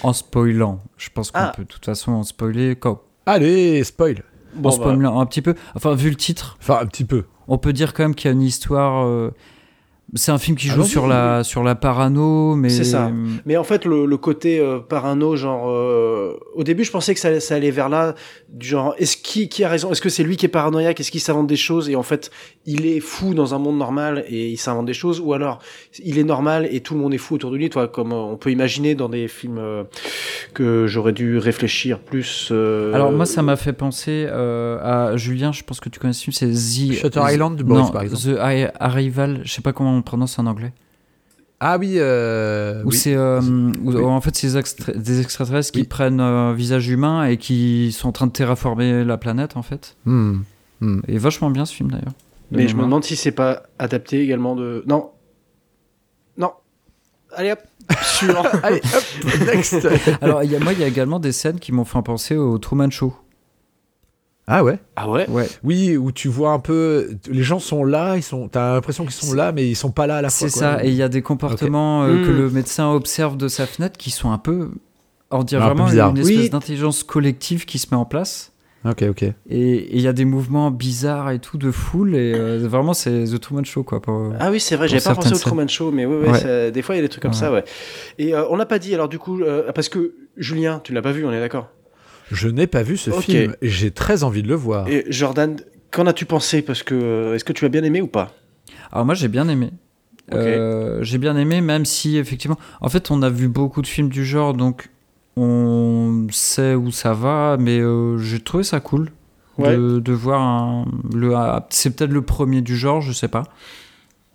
En spoilant. Je pense qu'on Ah. peut de toute façon en spoiler. Quand, Allez, spoil. Bon, en bah, spoilant un petit peu. Enfin, vu le titre, Enfin, un petit peu. on peut dire quand même qu'il y a une histoire. euh, c'est un film qui Ah joue non, sur, oui, la, sur la parano, mais. C'est ça. Mais en fait, le, le côté euh, parano, genre, euh, au début, je pensais que ça, ça allait vers là, du genre, est-ce qui, qui a raison Est-ce que c'est lui qui est paranoïaque Est-ce qu'il s'invente des choses Et en fait, il est fou dans un monde normal et il s'invente des choses, ou alors il est normal et tout le monde est fou autour de lui, toi, comme euh, on peut imaginer dans des films euh, que j'aurais dû réfléchir plus. euh, Alors moi ça m'a fait penser euh, à Julien, je pense que tu connais ce film, c'est The Shutter The- Island de Boris, non, par exemple. The Ar- Arrival, je sais pas comment on prononce en anglais. Ah oui. Euh... Où oui. c'est euh, où, Oui. en fait c'est des, extra- des extraterrestres qui Oui. prennent euh, un visage humain et qui sont en train de terraformer la planète en fait. Hmm. Et vachement bien ce film d'ailleurs. de Mais je me mémoire. demande si c'est pas adapté également de. Non. Non. Allez hop. Suivant. Allez, hop, next. Alors il y a- moi il y a également des scènes qui m'ont fait penser au Truman Show. ah ouais. ah ouais Ouais. Oui, où tu vois un peu, les gens sont là, ils sont, t'as l'impression qu'ils sont C'est- là, mais ils sont pas là à la fois. C'est ça, et il y a des comportements euh, Hmm. que le médecin observe de sa fenêtre qui sont un peu, on dirait Un peu vraiment bizarres. une espèce Oui. d'intelligence collective qui se met en place. Ok, ok. Et il y a des mouvements bizarres et tout de foule. Et euh, vraiment, c'est The Truman Show, quoi. pour- euh. Ah oui, c'est vrai, Pour j'avais pas pensé certaines au Truman Show, mais ouais, ouais, Ouais. ça- des fois il y a des trucs comme Ouais. ça, ouais. Et euh, on n'a pas dit, alors du coup, euh, parce que Julien, tu l'as pas vu, on est d'accord. Je n'ai pas vu ce Ok. film, et j'ai très envie de le voir. Et Jordan, qu'en as-tu pensé Parce que euh, est-ce que tu as bien aimé ou pas Alors, moi, j'ai bien aimé. Ok. Euh, j'ai bien aimé, même si, effectivement. En fait, on a vu beaucoup de films du genre, donc on sait où ça va. Mais euh, j'ai trouvé ça cool de, de voir un. le- ah, C'est peut-être le premier du genre, je sais pas.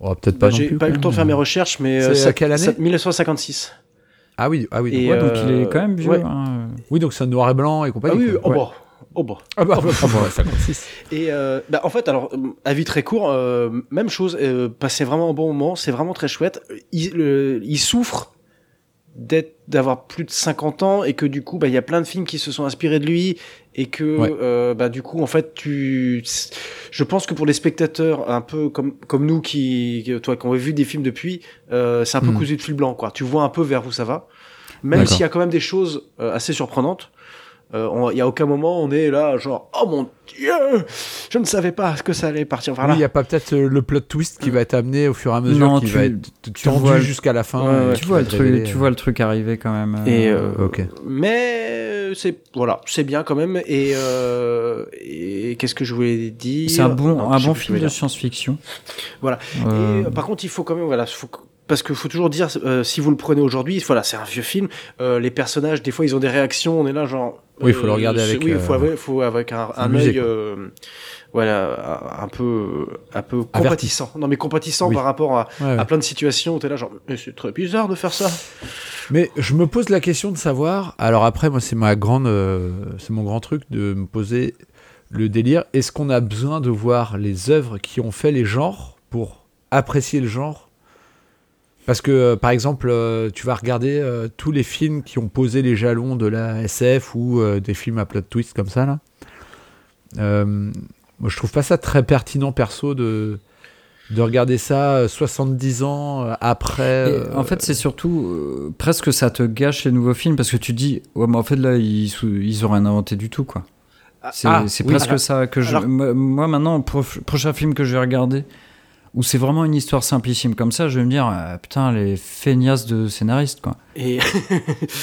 Oh, peut-être Bah, pas non J'ai plus. pas eu le temps de faire mes recherches, mais C'est euh, à ça- quelle année ça- 1956. Ah oui, ah oui. Et, donc- Ouais, donc il euh, est quand même vieux. ouais. hein. Oui, donc c'est un noir et blanc et Ah compagnie. oui, quoi. oh Ouais. bah, oh bah. Ah bah, bah, bah, bah, Et euh, bah, en fait, alors, euh, avis très court, euh, même chose, euh, passer vraiment un bon moment, c'est vraiment très chouette. Il, le- il souffre d'être d'avoir plus de 50 ans et que du coup, bah, il y a plein de films qui se sont inspirés de lui et que Ouais. euh, bah, du coup, en fait, tu, je pense que pour les spectateurs un peu comme, comme nous qui, qui- toi, qui ont vu des films depuis, euh, c'est un peu Mhm. cousu de fil blanc, quoi. Tu vois un peu vers où ça va, même D'accord. s'il y a quand même des choses euh, assez surprenantes. Euh, on- Il y a aucun moment on est là genre oh mon dieu je ne savais pas que ça allait partir par Oui, là. il n'y a pas peut-être euh, le plot twist qui va être amené au fur et à mesure, Non, qui tu- va être tu tendu vois- jusqu'à la fin. Ouais, et ouais. qui Tu, vois va le te truc, révéler, tu euh, vois le truc arriver quand même. euh, Et, euh, Ah, Ok. Mais euh, c'est voilà c'est bien quand même et, euh, et qu'est-ce que je voulais dire C'est un bon, Non, un je sais bon plus film ce que de je science-fiction. Voilà. voulais dire. Euh, Et, euh, par contre il faut quand même voilà faut que- parce qu'il faut toujours dire euh, si vous le prenez aujourd'hui voilà c'est un vieux film euh, les personnages des fois ils ont des réactions on est là genre Oui, faut le regarder c'est- avec, oui euh, faut avec, faut avec un, faut un muser, œil quoi. euh, voilà un peu un peu Averti. compatissant non mais compatissant Oui. par rapport à Ouais, ouais. à plein de situations où t'es là genre mais c'est très bizarre de faire ça Mais je me pose la question de savoir. Alors après, moi, c'est ma grande, euh, c'est mon grand truc de me poser le délire. Est-ce qu'on a besoin de voir les œuvres qui ont fait les genres pour apprécier le genre Parce que, euh, par exemple, euh, tu vas regarder euh, tous les films qui ont posé les jalons de la SF ou euh, des films à plot twist comme ça là. Euh, moi, je trouve pas ça très pertinent perso de de regarder ça euh, 70 ans euh, après. Et euh, en fait, c'est surtout euh, presque ça te gâche les nouveaux films parce que tu dis ouais, mais en fait là ils, sou- ils ont rien inventé du tout quoi. C'est ah, c'est oui. presque Alors- ça que je. alors- moi- moi maintenant, prof- prochain film que je vais regarder où c'est vraiment une histoire simplissime comme ça, je vais me dire Ah, putain les feignasses de scénaristes quoi. et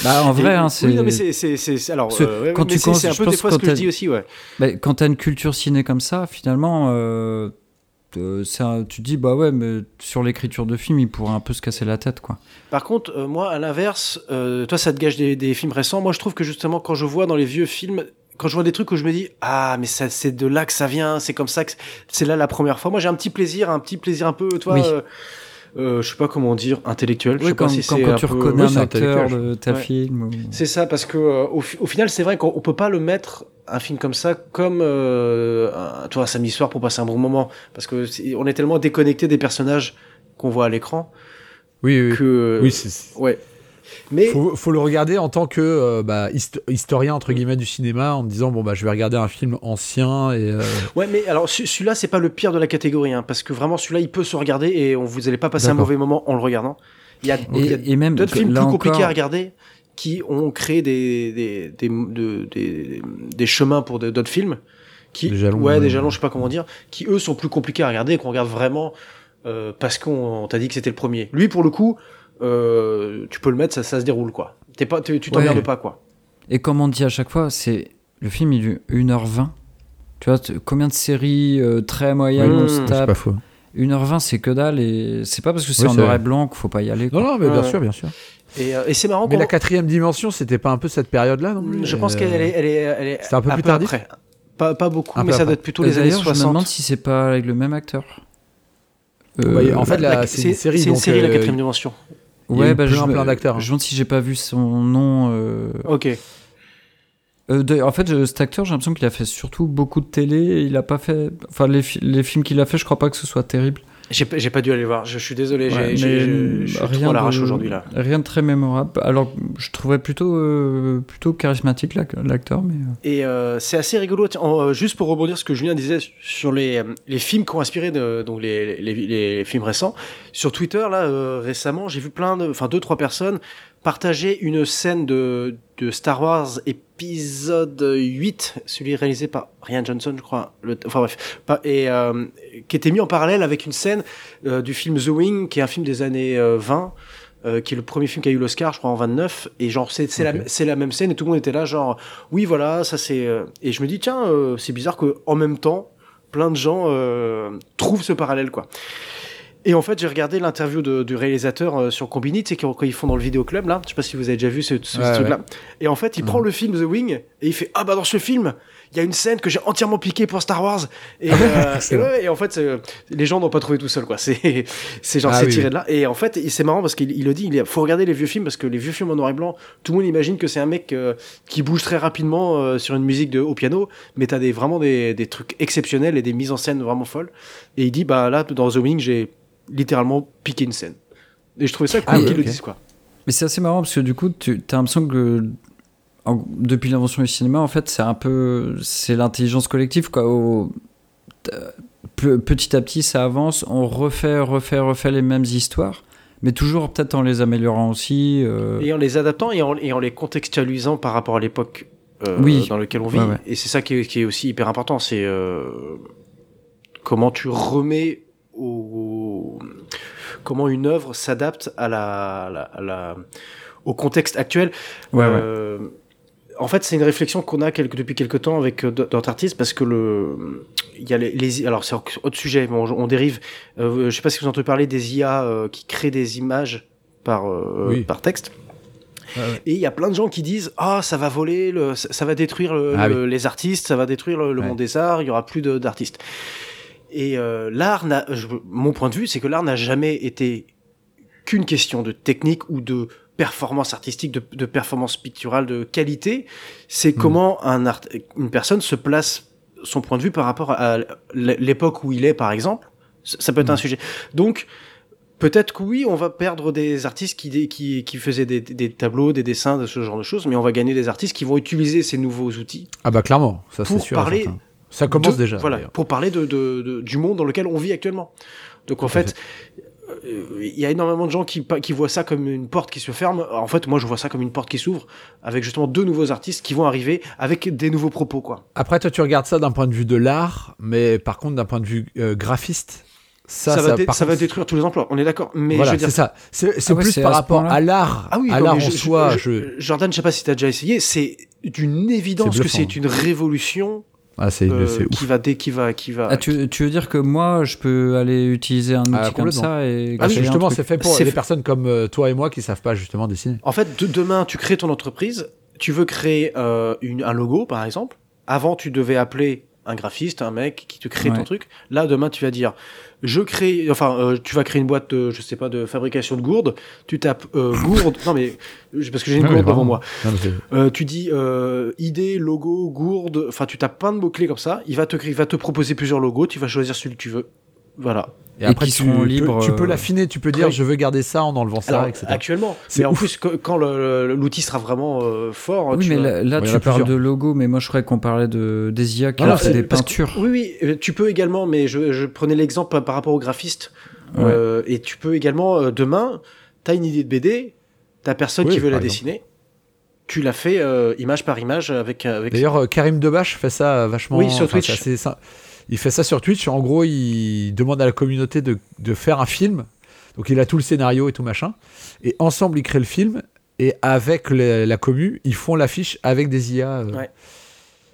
Bah en vrai, et- hein, oui, non, mais c'est. c'est c'est- c'est- c'est- alors Parce que euh, ouais, quand mais tu c'est commences, c'est un je peu des pense fois ce quand que je t'as- dis aussi ouais bah, quand t'as une culture ciné comme ça, finalement. euh, euh, c'est un- tu te dis bah ouais mais sur l'écriture de film il pourrait un peu se casser la tête quoi par contre euh, moi à l'inverse euh, toi ça te gâche des, des films récents moi je trouve que justement quand je vois dans les vieux films quand je vois des trucs où je me dis ah mais ça c'est de là que ça vient c'est comme ça que c'est là la première fois moi j'ai un petit plaisir un petit plaisir un peu toi Oui. euh, euh, je sais pas comment dire, intellectuel. je Oui, sais quand, pas si quand- c'est quand un tu peu- reconnais un oui, c'est acteur intellectuel. de ta Ouais. film. ou- C'est ça, parce que euh, au, fi- au final, c'est vrai qu'on on peut pas le mettre un film comme ça comme euh, un, tu vois, un samedi soir pour passer un bon moment, parce que c'est- on est tellement déconnecté des personnages qu'on voit à l'écran Oui, oui. que Oui, c'est- c'est- ouais. Mais faut, faut le regarder en tant que euh, bah, histo- historien entre guillemets du cinéma, en me disant bon bah je vais regarder un film ancien et euh, ouais, mais alors ce- celui-là, c'est pas le pire de la catégorie, hein, parce que vraiment celui-là, il peut se regarder et on vous allez pas passer un D'accord. mauvais moment en le regardant. Il y a, il y a Et, et même d'autres que films plus là compliqués à encore, regarder qui ont créé des, des, des, de- des, des chemins pour de- d'autres films. Qui, Des jalons, ouais, ouais. des jalons, je sais pas comment dire, qui eux sont plus compliqués à regarder et qu'on regarde vraiment euh, parce qu'on on t'a dit que c'était le premier. Lui, pour le coup, euh, tu peux le mettre, ça, ça se déroule quoi. T'es pas, t'es- tu Ouais. t'emmerdes pas quoi. Et comme on dit à chaque fois, c'est le film il dure 1h20. Tu vois, t- combien de séries euh, très moyennes Ouais, on c'est se c'est tape pas faux. 1h20 c'est que dalle et c'est pas parce que c'est Oui, en c'est noir vrai. et blanc qu'il faut pas y aller. quoi. Non non mais Ouais, bien ouais. sûr bien sûr. Et, euh, et c'est marrant Mais qu'on- la quatrième dimension c'était pas un peu cette période là non plus Je pense Euh, qu'elle est, elle est, elle est C'est un peu plus peu tardif après. Pas, pas beaucoup, Un peu mais ça après. Euh, doit être plutôt Et les années D'ailleurs, je me 60. demande si c'est pas avec le même acteur. bah, Euh, en fait La- là c'est une série C'est une donc, série, la euh, quatrième dimension. il y a eu bah, plein, je me- plein d'acteurs, hein. Je me demande si j'ai pas vu son nom. euh, Ok. Euh, d'ailleurs, en fait, je- cet acteur, j'ai l'impression qu'il a fait surtout beaucoup de télé. et il a pas fait. Enfin, les, fi- les films qu'il a fait, je crois pas que ce soit terrible. J'ai pas, j'ai pas dû aller voir, je suis désolé, j'ai- Ouais, j'ai- mais, je- je bah, suis trop à l'arrache de- aujourd'hui là. Rien de très mémorable. Alors, je trouvais plutôt, euh, plutôt charismatique l'ac- l'acteur, mais. euh, Et euh, c'est assez rigolo, tiens, en, euh, juste pour rebondir sur ce que Julien disait sur les, euh, les films qui ont inspiré de, donc les, les, les- les films récents. Sur Twitter, là, euh, récemment, j'ai vu plein de, enfin deux, trois personnes partager une scène de, de Star Wars épisode 8, celui réalisé par Ryan Johnson, je crois, le- enfin bref, pas- et euh, qui était mis en parallèle avec une scène euh, du film The Wing, qui est un film des années euh, 20, euh, qui est le premier film qui a eu l'Oscar, je crois, en 29. Et genre, c'est c'est Ok. la, c'est la même scène, et tout le monde était là, genre, oui, voilà, ça c'est. euh, Et je me dis, tiens, euh, c'est bizarre que en même temps, plein de gens euh, trouvent ce parallèle, quoi. Et en fait, j'ai regardé l'interview de- du réalisateur euh, sur Combini, tu sais, quand, quand ils font dans le vidéoclub, là. Je sais pas si vous avez déjà vu ce, ce- ce Ouais, Mhm. truc-là. Et en fait, il prend le film The Wing et il fait Ah bah dans ce film, il y a une scène que j'ai entièrement piquée pour Star Wars. Ah Et, euh, et, Excellent. ouais, et en fait, c'est- les gens n'ont pas trouvé tout seul, quoi. C'est c'est genre, Ah c'est oui, tiré oui. de là. Et en fait, il- c'est marrant parce qu'il il le dit il est- faut regarder les vieux films parce que les vieux films en noir et blanc, tout le monde imagine que c'est un mec euh, qui bouge très rapidement euh, sur une musique de, au piano, mais t'as des, vraiment des, des trucs exceptionnels et des mises en scène vraiment folles. Et il dit Bah là, dans The Wing, j'ai littéralement piqué une scène. Et je trouvais ça cool Ah qu'ils oui, le ok. disent, quoi. Mais c'est assez marrant parce que du coup, tu as l'impression que en- depuis l'invention du cinéma, en fait, c'est un peu. C'est l'intelligence collective, quoi. au- t'as- pe- petit à petit, ça avance, on refait, refait, refait les mêmes histoires, mais toujours peut-être en les améliorant aussi. euh, Et en les adaptant et en, et en les contextualisant par rapport à l'époque euh, Oui. dans laquelle on vit. Ouais, ouais. Et c'est ça qui est, qui est aussi hyper important, c'est euh, comment tu remets au... comment une œuvre s'adapte à la, à la- à la- au contexte actuel. Ouais, ouais. Euh, En fait, c'est une réflexion qu'on a quelque- depuis quelque temps avec euh, d- d'autres artistes parce que le, il y a les, les- alors c'est autre sujet, mais on, on dérive. Euh, je sais pas si vous avez entendu parler des IA euh, qui créent des images par euh, Oui. par texte. Ouais, ouais. Et il y a plein de gens qui disent ah ça va voler, le- ça ça va détruire le- Ah le- les artistes, ça va détruire le, le Ouais. monde des arts, il y aura plus de- d'artistes. Et euh, l'art, n'a- je- mon point de vue, c'est que l'art n'a jamais été qu'une question de technique ou de performance artistique, de, de performance picturale, de qualité. C'est Hmm. comment un art, une personne se place son point de vue par rapport à l'é- l'époque où il est, par exemple. Ça ça peut être un sujet. Donc, peut-être que oui, on va perdre des artistes qui, dé- qui, qui faisaient des, des tableaux, des dessins, de ce genre de choses, mais on va gagner des artistes qui vont utiliser ces nouveaux outils Ah bah clairement ça c'est Pour sûr. et parler certain. Ça commence de- déjà. Voilà, d'ailleurs. pour parler de, de- de- du monde dans lequel on vit actuellement. Donc en Tout à fait, euh, il y a énormément de gens qui, pa- qui voient ça comme une porte qui se ferme. En fait, moi, je vois ça comme une porte qui s'ouvre avec justement deux nouveaux artistes qui vont arriver avec des nouveaux propos, quoi. Après toi tu regardes ça d'un point de vue de l'art, mais par contre d'un point de vue euh, graphiste, ça Ça, va, dé- par ça va contre, détruire tous les emplois, on est d'accord. Mais voilà, je veux dire, c'est ça. C'est c'est Ah ouais, plus c'est par à ce rapport point-là. à l'art, Ah oui, à non, l'art en mais je- soi. je- je- Jordan, je sais pas si tu as déjà essayé, c'est d'une évidence C'est que bluffant. c'est une révolution Ah, c'est euh, c'est ouf. qui va dé- qui va qui va. Ah, tu, tu veux dire que moi, je peux aller utiliser un outil comme Ah, complètement. ça et Parce que créer un justement, truc c'est fait pour C'est les fait- personnes comme euh, toi et moi qui savent pas justement dessiner. En fait, de- demain, tu crées ton entreprise, tu veux créer euh, une- un logo, par exemple. Avant, tu devais appeler un graphiste, un mec qui te crée ton Ouais. truc. Là, demain, tu vas dire, je crée, enfin, euh, tu vas créer une boîte, euh, je sais pas, de fabrication de gourdes. Tu tapes euh, gourde, non mais je- parce que j'ai une Non, mais gourde devant Ah vraiment. moi. Non, mais c'est- Euh, tu dis euh, idée, logo, gourde, enfin, tu tapes plein de mots clés comme ça. Il va te, créer- il va te proposer plusieurs logos. Tu vas choisir celui que tu veux. Voilà. Et après, qui tu, seront peux- libres, tu peux euh, l'affiner, tu peux dire ouais. je veux garder ça en enlevant ça, Alors, etc. actuellement, C'est mais en ouf. plus, que- quand le- le- l'outil sera vraiment euh, fort, Oui, tu mais vas- là, là, Bon, il y en tu a parles plusieurs. de logo, mais moi je croyais qu'on parlait de, des IA qui Non, ont non, fait c'est- des parce que- peintures. Oui, oui, euh, tu peux également, mais je, je prenais l'exemple par rapport au graphiste. Ouais. Euh, et tu peux également, euh, demain, tu as une idée de BD, tu personne Oui, qui veut la par exemple. dessiner, tu la fais euh, image par image avec. avec... D'ailleurs, euh, Karim Debache fait ça euh, vachement. Oui, sur enfin, Twitch. c'est assez sim- il fait ça sur Twitch. En gros, il demande à la communauté de, de faire un film. Donc, il a tout le scénario et tout machin. Et ensemble, ils créent le film. Et avec le- la commu, ils font l'affiche avec des IA. euh, Ouais.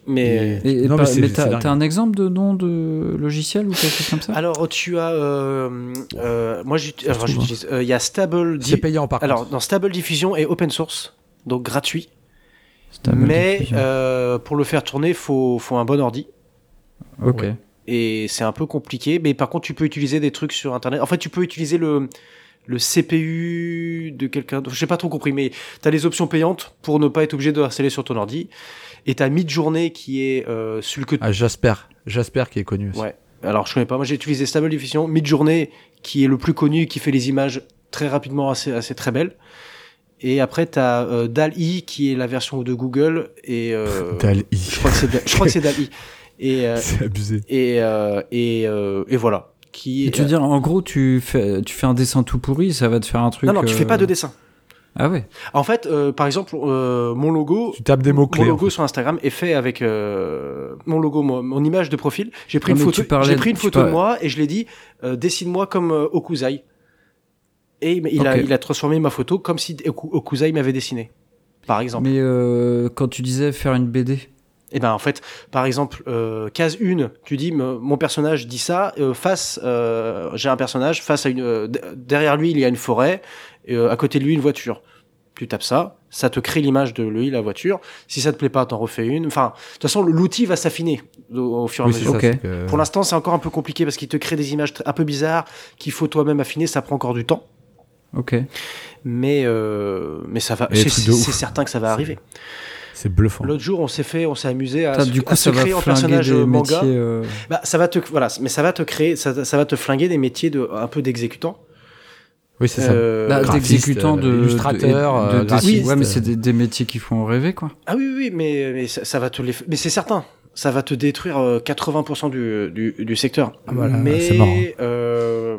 mais... et- Et, et Non, par- mais c'est- mais c'est t'as dingue. t'as un exemple de nom de logiciel ou quelque chose comme ça Alors, oh, tu as. euh, euh, moi, j'ut- alors, trouve, hein. j'utilise. euh, Il y a Stable. Di- C'est payant par Alors, contre. dans Stable Diffusion est open source, donc gratuit. Stable mais Diffusion. euh, pour le faire tourner, faut, faut un bon ordi. Ok. euh, ouais. et c'est un peu compliqué. Mais par contre, tu peux utiliser des trucs sur Internet. En fait, tu peux utiliser le, le CPU de quelqu'un. Je n'ai pas trop compris, mais tu as les options payantes pour ne pas être obligé de l'installer sur ton ordi. Et tu as Midjourney qui est euh, celui que... Ah, Jasper. Jasper qui est connu aussi. Ouais. Alors, je connais pas. Moi, j'ai utilisé Stable Diffusion. Midjourney qui est le plus connu, qui fait les images très rapidement, assez, assez très belles. Et après, tu as DAL-E E, qui est la version de Google. Et, euh, E. Dall-E. je crois que c'est Dal- je crois que c'est DAL-E. Et, euh, C'est abusé. et, euh, et, euh, et voilà. Qui Et tu veux dire, en gros, tu fais, tu fais un dessin tout pourri, ça va te faire un truc. euh, Non, non, tu fais pas de dessin. dessin. Ah ouais. En fait, euh, par exemple, euh, mon logo. Tu tapes des mots-clés. Mon en logo sur Instagram est fait avec euh, mon logo, mon, mon image de profil. J'ai pris, Non, mais une photo, tu parlais- j'ai pris une tu photo de parlais- moi et je l'ai dit euh, dessine-moi comme euh, Okuzai. Et il, il a, Ok. il a transformé ma photo comme si Oku- Okuzai m'avait dessiné, par exemple. Mais euh, quand tu disais faire une BD, Et ben en fait, par exemple, euh, case 1, tu dis me- mon personnage dit ça, euh, face, euh, j'ai un personnage, face à une, euh, d- derrière lui il y a une forêt, et, euh, à côté de lui une voiture. Tu tapes ça, ça te crée l'image de lui, la voiture. Si ça te plaît pas, t'en refais une. Enfin, de toute façon, l'outil va s'affiner au, au fur et Oui, à c'est mesure. ça, Ok. c'est que- Pour l'instant, c'est encore un peu compliqué parce qu'il te crée des images tr- un peu bizarres qu'il faut toi-même affiner. Ça prend encore du temps, ok. Euh, mais euh, mais ça va. Et des C'est trucs de ouf. c'est certain que ça va C'est- arriver. C'est bluffant. L'autre jour, on s'est fait, on s'est amusé à, Ça, se- du coup, à se ça va créer en flinguer personnage des euh, manga. métiers. euh, Bah, ça va te voilà, mais ça va te créer, ça, ça va te flinguer des métiers de un peu d'exécutant. Oui, c'est ça. Euh, bah, graphiste, D'exécutants euh, de. illustrateur, de- de- euh, de- graphiste, Ouais, mais euh. c'est des, des métiers qui font rêver, quoi. ah oui, oui, oui, mais mais ça, ça va te les, mais c'est certain, ça va te détruire euh, 80% du, du du secteur. Ah, voilà, c'est marrant. mais euh,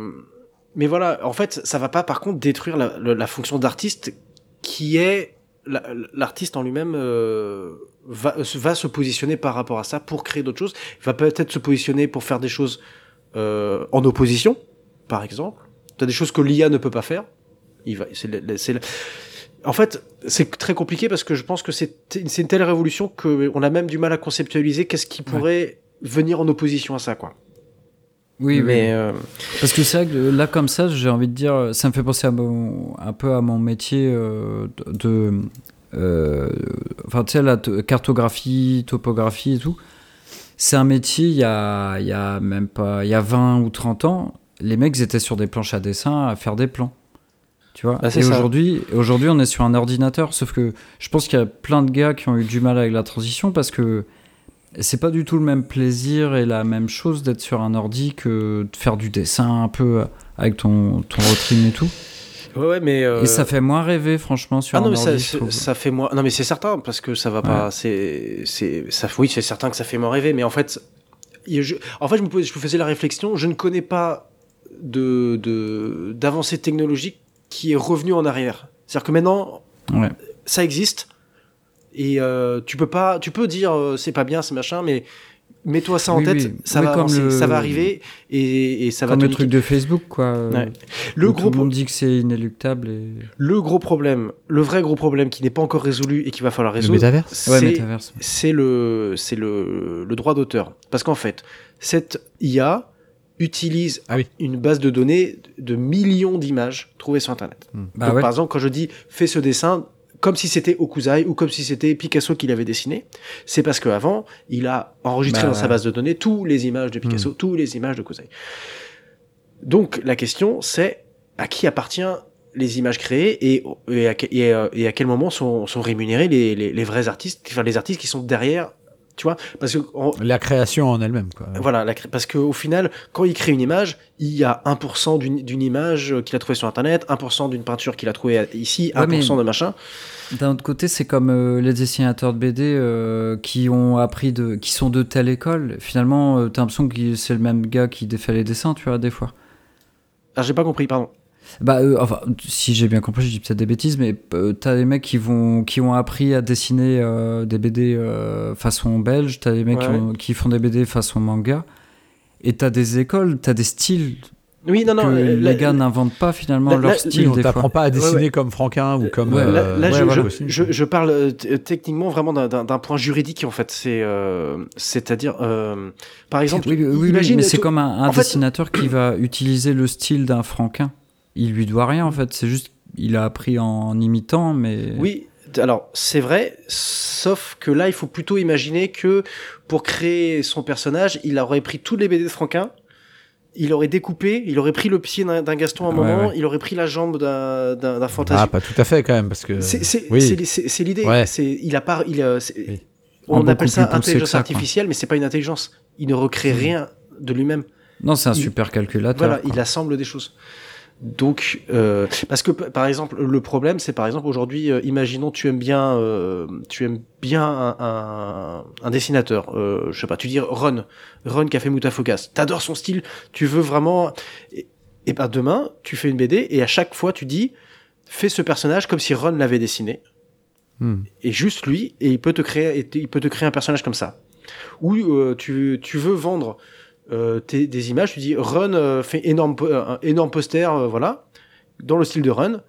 mais voilà, en fait, ça va pas par contre détruire la, le- la fonction d'artiste qui est la- l'artiste en lui-même. euh, va, va se positionner par rapport à ça pour créer d'autres choses, va peut-être se positionner pour faire des choses euh, en opposition, par exemple. Tu as des choses que l'IA ne peut pas faire. Il va, c'est le- le- c'est le- En fait, c'est très compliqué parce que je pense que c'est t- c'est une telle révolution qu'on a même du mal à conceptualiser qu'est-ce qui pourrait venir en opposition à ça. Quoi. Oui, oui. mais euh, Parce que c'est vrai que là, comme ça, j'ai envie de dire, ça me fait penser à mon- un peu à mon métier euh, de- de. euh, Enfin, tu sais, la t- cartographie, topographie et tout. C'est un métier, il y a, il y a même pas. Il y a 20 ou 30 ans, les mecs étaient sur des planches à dessin à faire des plans. Tu vois Ah, c'est Et ça. aujourd'hui, aujourd'hui, on est sur un ordinateur. Sauf que je pense qu'il y a plein de gars qui ont eu du mal avec la transition parce que. C'est pas du tout le même plaisir et la même chose d'être sur un ordi que de faire du dessin un peu avec ton, ton rotring et tout. ouais, ouais, mais euh, Et ça fait moins rêver, franchement, sur ah non, un mais ça, ordi. je ça- trouve. ça fait moins. Non, mais c'est certain parce que ça va pas. C'est, c'est, ça. Oui, c'est certain que ça fait moins rêver. Mais en fait, il- je, en fait, je me, posais- je me faisais la réflexion. Je ne connais pas de, de d'avancée technologique qui est revenue en arrière. C'est-à-dire que maintenant, Ouais. ça existe et euh, tu peux pas. Tu peux dire euh, c'est pas bien, c'est machin, mais mets-toi ça en Oui, tête. oui. Ça Oui, va comme avancer, le- ça va arriver et, et ça Comme va. le te truc niquer. de Facebook, quoi. Ouais. Où Le tout groupe le monde dit que c'est inéluctable. Et... Le gros problème, le vrai gros problème qui n'est pas encore résolu et qu'il va falloir Le résoudre, métaverse Ouais, c'est- Metaverse. c'est le, c'est le, le droit d'auteur. Parce qu'en fait, cette IA utilise Ah oui. une base de données de millions d'images trouvées sur Internet. Bah Donc, ouais. Par exemple, quand je dis fais ce dessin, comme si c'était Okuzai ou comme si c'était Picasso qui l'avait dessiné. C'est parce qu'avant, il a enregistré Bah, dans ouais. Hmm. sa base de données toutes les images de Picasso, toutes les images de Okuzai. Donc la question, c'est à qui appartient les images créées et, et, à, que- et, euh, et à quel moment sont, sont rémunérés les, les, les vrais artistes, enfin les artistes qui sont derrière, tu vois Parce que en- La création en elle-même, quoi. Euh, voilà, la cré- parce qu'au final, quand il crée une image, il y a 1% d'une d'une image euh, qu'il a trouvée sur Internet, 1% d'une peinture qu'il a trouvée à- ici, Ouais, 1% mais- de machin. D'un autre côté, c'est comme euh, les dessinateurs de BD euh, qui ont appris de, qui sont de telle école. Finalement, euh, t'as l'impression que c'est le même gars qui défait les dessins, tu vois, des fois. Ah, j'ai pas compris, pardon. Bah, euh, enfin, si j'ai bien compris, je dis peut-être des bêtises, mais euh, t'as des mecs qui vont, qui ont appris à dessiner euh, des BD euh, façon belge, t'as des mecs qui, Ouais. ont- qui font des BD façon manga, et t'as des écoles, t'as des styles Oui, non, non. que euh, les la- gars n'inventent pas finalement la- leur la- style on des fois. t'apprend pas à dessiner Ouais, comme Franquin ou comme. Ouais, Là, euh, là, ouais, je, voilà, je- aussi. je- je parle euh, t- euh, techniquement vraiment d'un- d'un d'un point juridique en fait. C'est euh, c'est-à-dire euh, par exemple, oui, oui, oui, imagine mais c'est tout- comme un, un en fait- dessinateur qui va utiliser le style d'un Franquin. Il lui doit rien en fait, c'est juste il a appris en imitant, mais Oui, t- alors c'est vrai, sauf que là, il faut plutôt imaginer que pour créer son personnage, il aurait pris tous les BD de Franquin, il aurait découpé, il aurait pris le pied d'un d'un Gaston à un Ouais, moment, ouais. il aurait pris la jambe d'un d'un d'un Ah, fantasme. pas tout à fait quand même, parce que. c'est c'est- oui. c'est- c'est- c'est l'idée. Ouais. C'est il a pas, il a- c'est- Oui. En on beaucoup appelle ça plus poussé que intelligence ça, quoi. artificielle, mais c'est pas une intelligence. Il ne recrée rien de lui-même. non, c'est un Il- super calculateur. Voilà, quoi. il assemble des choses. Donc, euh, parce que p- par exemple, le problème, c'est par exemple aujourd'hui, euh, imaginons tu aimes bien, euh, tu aimes bien un, un- un dessinateur, euh, je sais pas, tu dis Ron, Ron qui a fait Moutafocas, t'adores son style, tu veux vraiment, et, et ben demain tu fais une BD et à chaque fois tu dis fais ce personnage comme si Ron l'avait dessiné Hmm. et juste lui et il peut te créer et t- il peut te créer un personnage comme ça ou euh, tu, tu veux vendre euh, tes- des images tu dis run euh, fait énorme po- euh, un énorme poster euh, voilà dans le style de run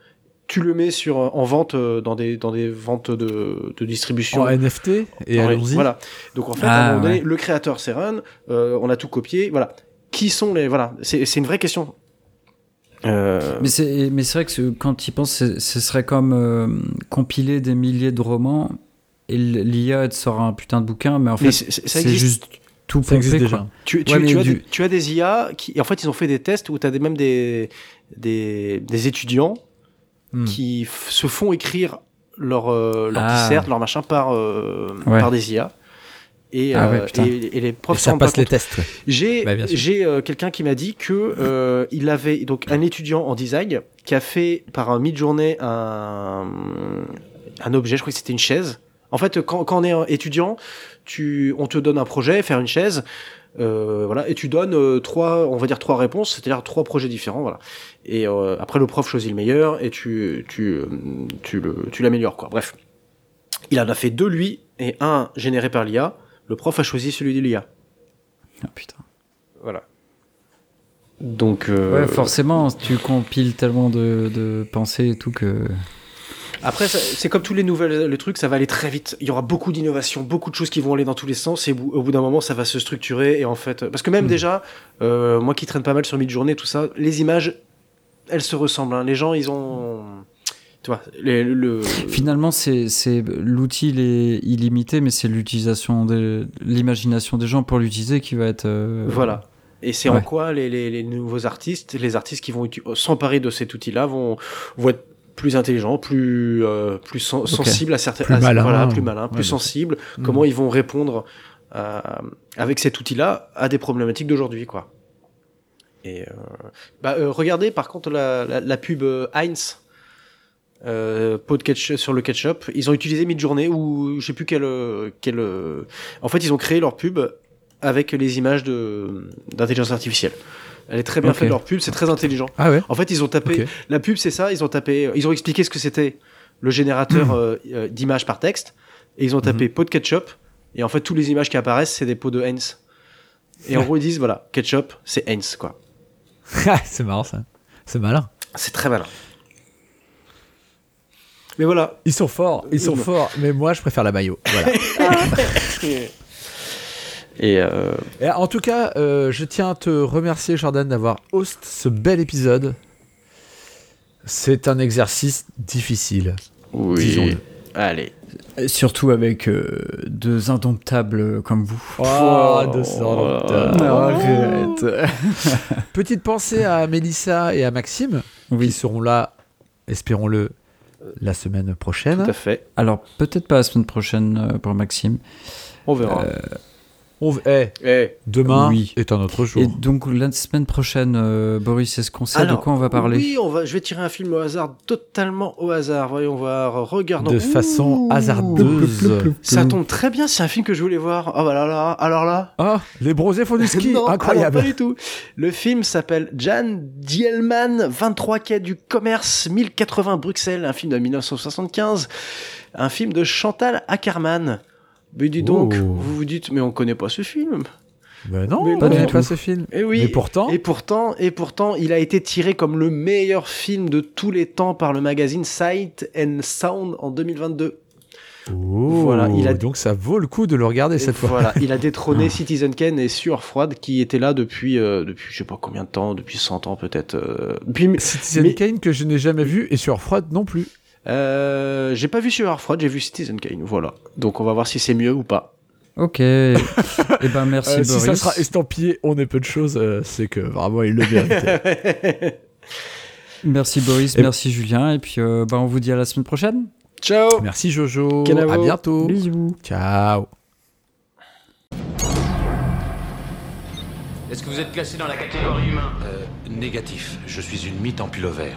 tu le mets sur en vente euh, dans des dans des ventes de, de distribution En NFT, et Ouais, allons-y. Voilà. Donc en fait, Ah, à un moment donné, ouais. le créateur c'est Run, euh, on a tout copié. Voilà. Qui sont les voilà C'est c'est une vraie question. Euh, Mais c'est mais c'est vrai que ce- quand il pense, c'est- ce serait comme euh, compiler des milliers de romans et l- l'IA elle te sort un putain de bouquin, mais en mais fait c'est- c'est- ça c'est existe. juste tout Ça existe pompé, déjà. quoi. Tu, tu, Ouais, mais tu as du- des, tu as des IA qui, et en fait, ils ont fait des tests où tu as des, même des, des, des étudiants Hmm. qui f- se font écrire leur, euh, leur Ah. dissert, leur machin par, euh, Ouais. par des IA. Et, Ah euh, ouais, putain. et, et les Et profs s'en ça rendent pas passe les compte. tests. ouais. J'ai Bah, bien sûr. j'ai, euh, quelqu'un qui m'a dit que euh, il avait donc un étudiant en design qui a fait par un mid-journée un, un objet, je crois que c'était une chaise. En fait, quand, quand on est un étudiant, tu, on te donne un projet, faire une chaise, euh, voilà, et tu donnes euh, trois, on va dire trois réponses, c'est-à-dire trois projets différents, voilà. Et euh, après, le prof choisit le meilleur et tu, tu, euh, tu le, tu l'améliores, quoi. Bref, il en a fait deux lui et un généré par l'IA. Le prof a choisi celui de l'IA. Ah, putain. Voilà. Donc, euh, Ouais, forcément, tu compiles tellement de, de pensées et tout que. après, ça- c'est comme tous les nouvelles, le truc, ça va aller très vite. Il y aura beaucoup d'innovations, beaucoup de choses qui vont aller dans tous les sens, et au bout- au bout d'un moment, ça va se structurer. Et en fait, parce que même déjà, euh, moi qui traîne pas mal sur Midjourney, tout ça, les images, elles se ressemblent. hein. Les gens, ils ont, tu vois, les- le, Finalement, c'est c'est- l'outil il est illimité, mais c'est l'utilisation de l'imagination des gens pour l'utiliser qui va être. euh, Voilà. Et c'est en Ouais. quoi les, les- les nouveaux artistes, les artistes qui vont utu- s'emparer de cet outil-là vont, vont être plus intelligents, plus, euh, plus sen- sensibles à certaines... Plus à- malins. voilà, plus malins, plus Ouais, Mm. sensibles. Comment ils vont répondre euh, avec cet outil-là à des problématiques d'aujourd'hui, quoi. Et euh, bah, euh, regardez par contre la, la- la pub euh, Heinz euh, pot de ketchup, sur le ketchup. Ils ont utilisé Midjourney ou je sais plus quel, euh, quel. euh, En fait, ils ont créé leur pub avec les images de d'intelligence artificielle. Elle est très bien Ok. faite leur pub, c'est très intelligent. Ah ouais En fait, ils ont tapé Ok. la pub, c'est ça. Ils ont tapé, euh, ils ont expliqué ce que c'était le générateur euh, euh, d'images par texte et ils ont tapé pot de ketchup et en fait, toutes les images qui apparaissent, c'est des pots de Heinz. Et en gros, ils disent voilà, ketchup, c'est Heinz quoi. Ah, C'est marrant ça. C'est malin. C'est très malin. Mais voilà, Ils sont forts, ils sont Ouh. forts, mais moi je préfère la maillot. Voilà. Et euh, Et en tout cas, euh, je tiens à te remercier, Jordan, d'avoir host ce bel épisode. C'est un exercice difficile. Oui. Disons-le. Allez. Et Surtout avec euh, deux indomptables comme vous. Oh, Oh. 200. Arrête. Petite pensée à Mélissa et à Maxime, qui Oui. seront là, espérons-le, la semaine Tout prochaine. à fait. Alors peut-être pas la semaine prochaine euh, pour Maxime. On verra. On... v- eh, Eh, demain Oui. est un autre jour. Et donc la semaine prochaine, euh, Boris, est-ce qu'on sait Alors, de quoi on va parler Oui, on va, je vais tirer un film au hasard, totalement au hasard. Voyons voir, regardons. De façon Ouh. hasardeuse. Ça tombe très bien, c'est un film que je voulais voir. Oh bah là là, alors là. Ah, les brosés font du ski, Non, alors incroyable. pas du tout. Le film s'appelle Jan Dielman, 23 quai du commerce, 1080 Bruxelles, un film de 1975, un film de Chantal Ackerman. Mais dis donc, Oh. vous vous dites, mais on connaît pas ce film. Mais non, Ah, Mais on pas connaît du pas tout. ce film. Et Eh oui. Mais pourtant, Et pourtant, et pourtant, il a été tiré comme le meilleur film de tous les temps par le magazine Sight and Sound en 2022. Oh, Voilà, il a- donc ça vaut le coup de le regarder Et cette fois. voilà, il a détrôné Citizen Kane et Sueur Froide qui étaient là depuis, euh, depuis je sais pas combien de temps, depuis 100 ans peut-être. euh, depuis, Citizen Mais- Kane que je n'ai jamais vu et sur Froide non plus. euh, j'ai pas vu Sueur Froide, j'ai vu Citizen Kane. Voilà. Donc on va voir si c'est mieux ou pas. Ok. eh ben merci Euh, Boris. si ça sera estampillé, on est peu de choses, euh, c'est que vraiment il le mérite. Merci Boris, Et- merci Julien. Et puis euh, bah, on vous dit à la semaine prochaine. Ciao. Merci Jojo, Kenavo. à bientôt. Bisous. Ciao. Est-ce que vous êtes classé dans la catégorie humain Euh, négatif, je suis une mythe en pullover.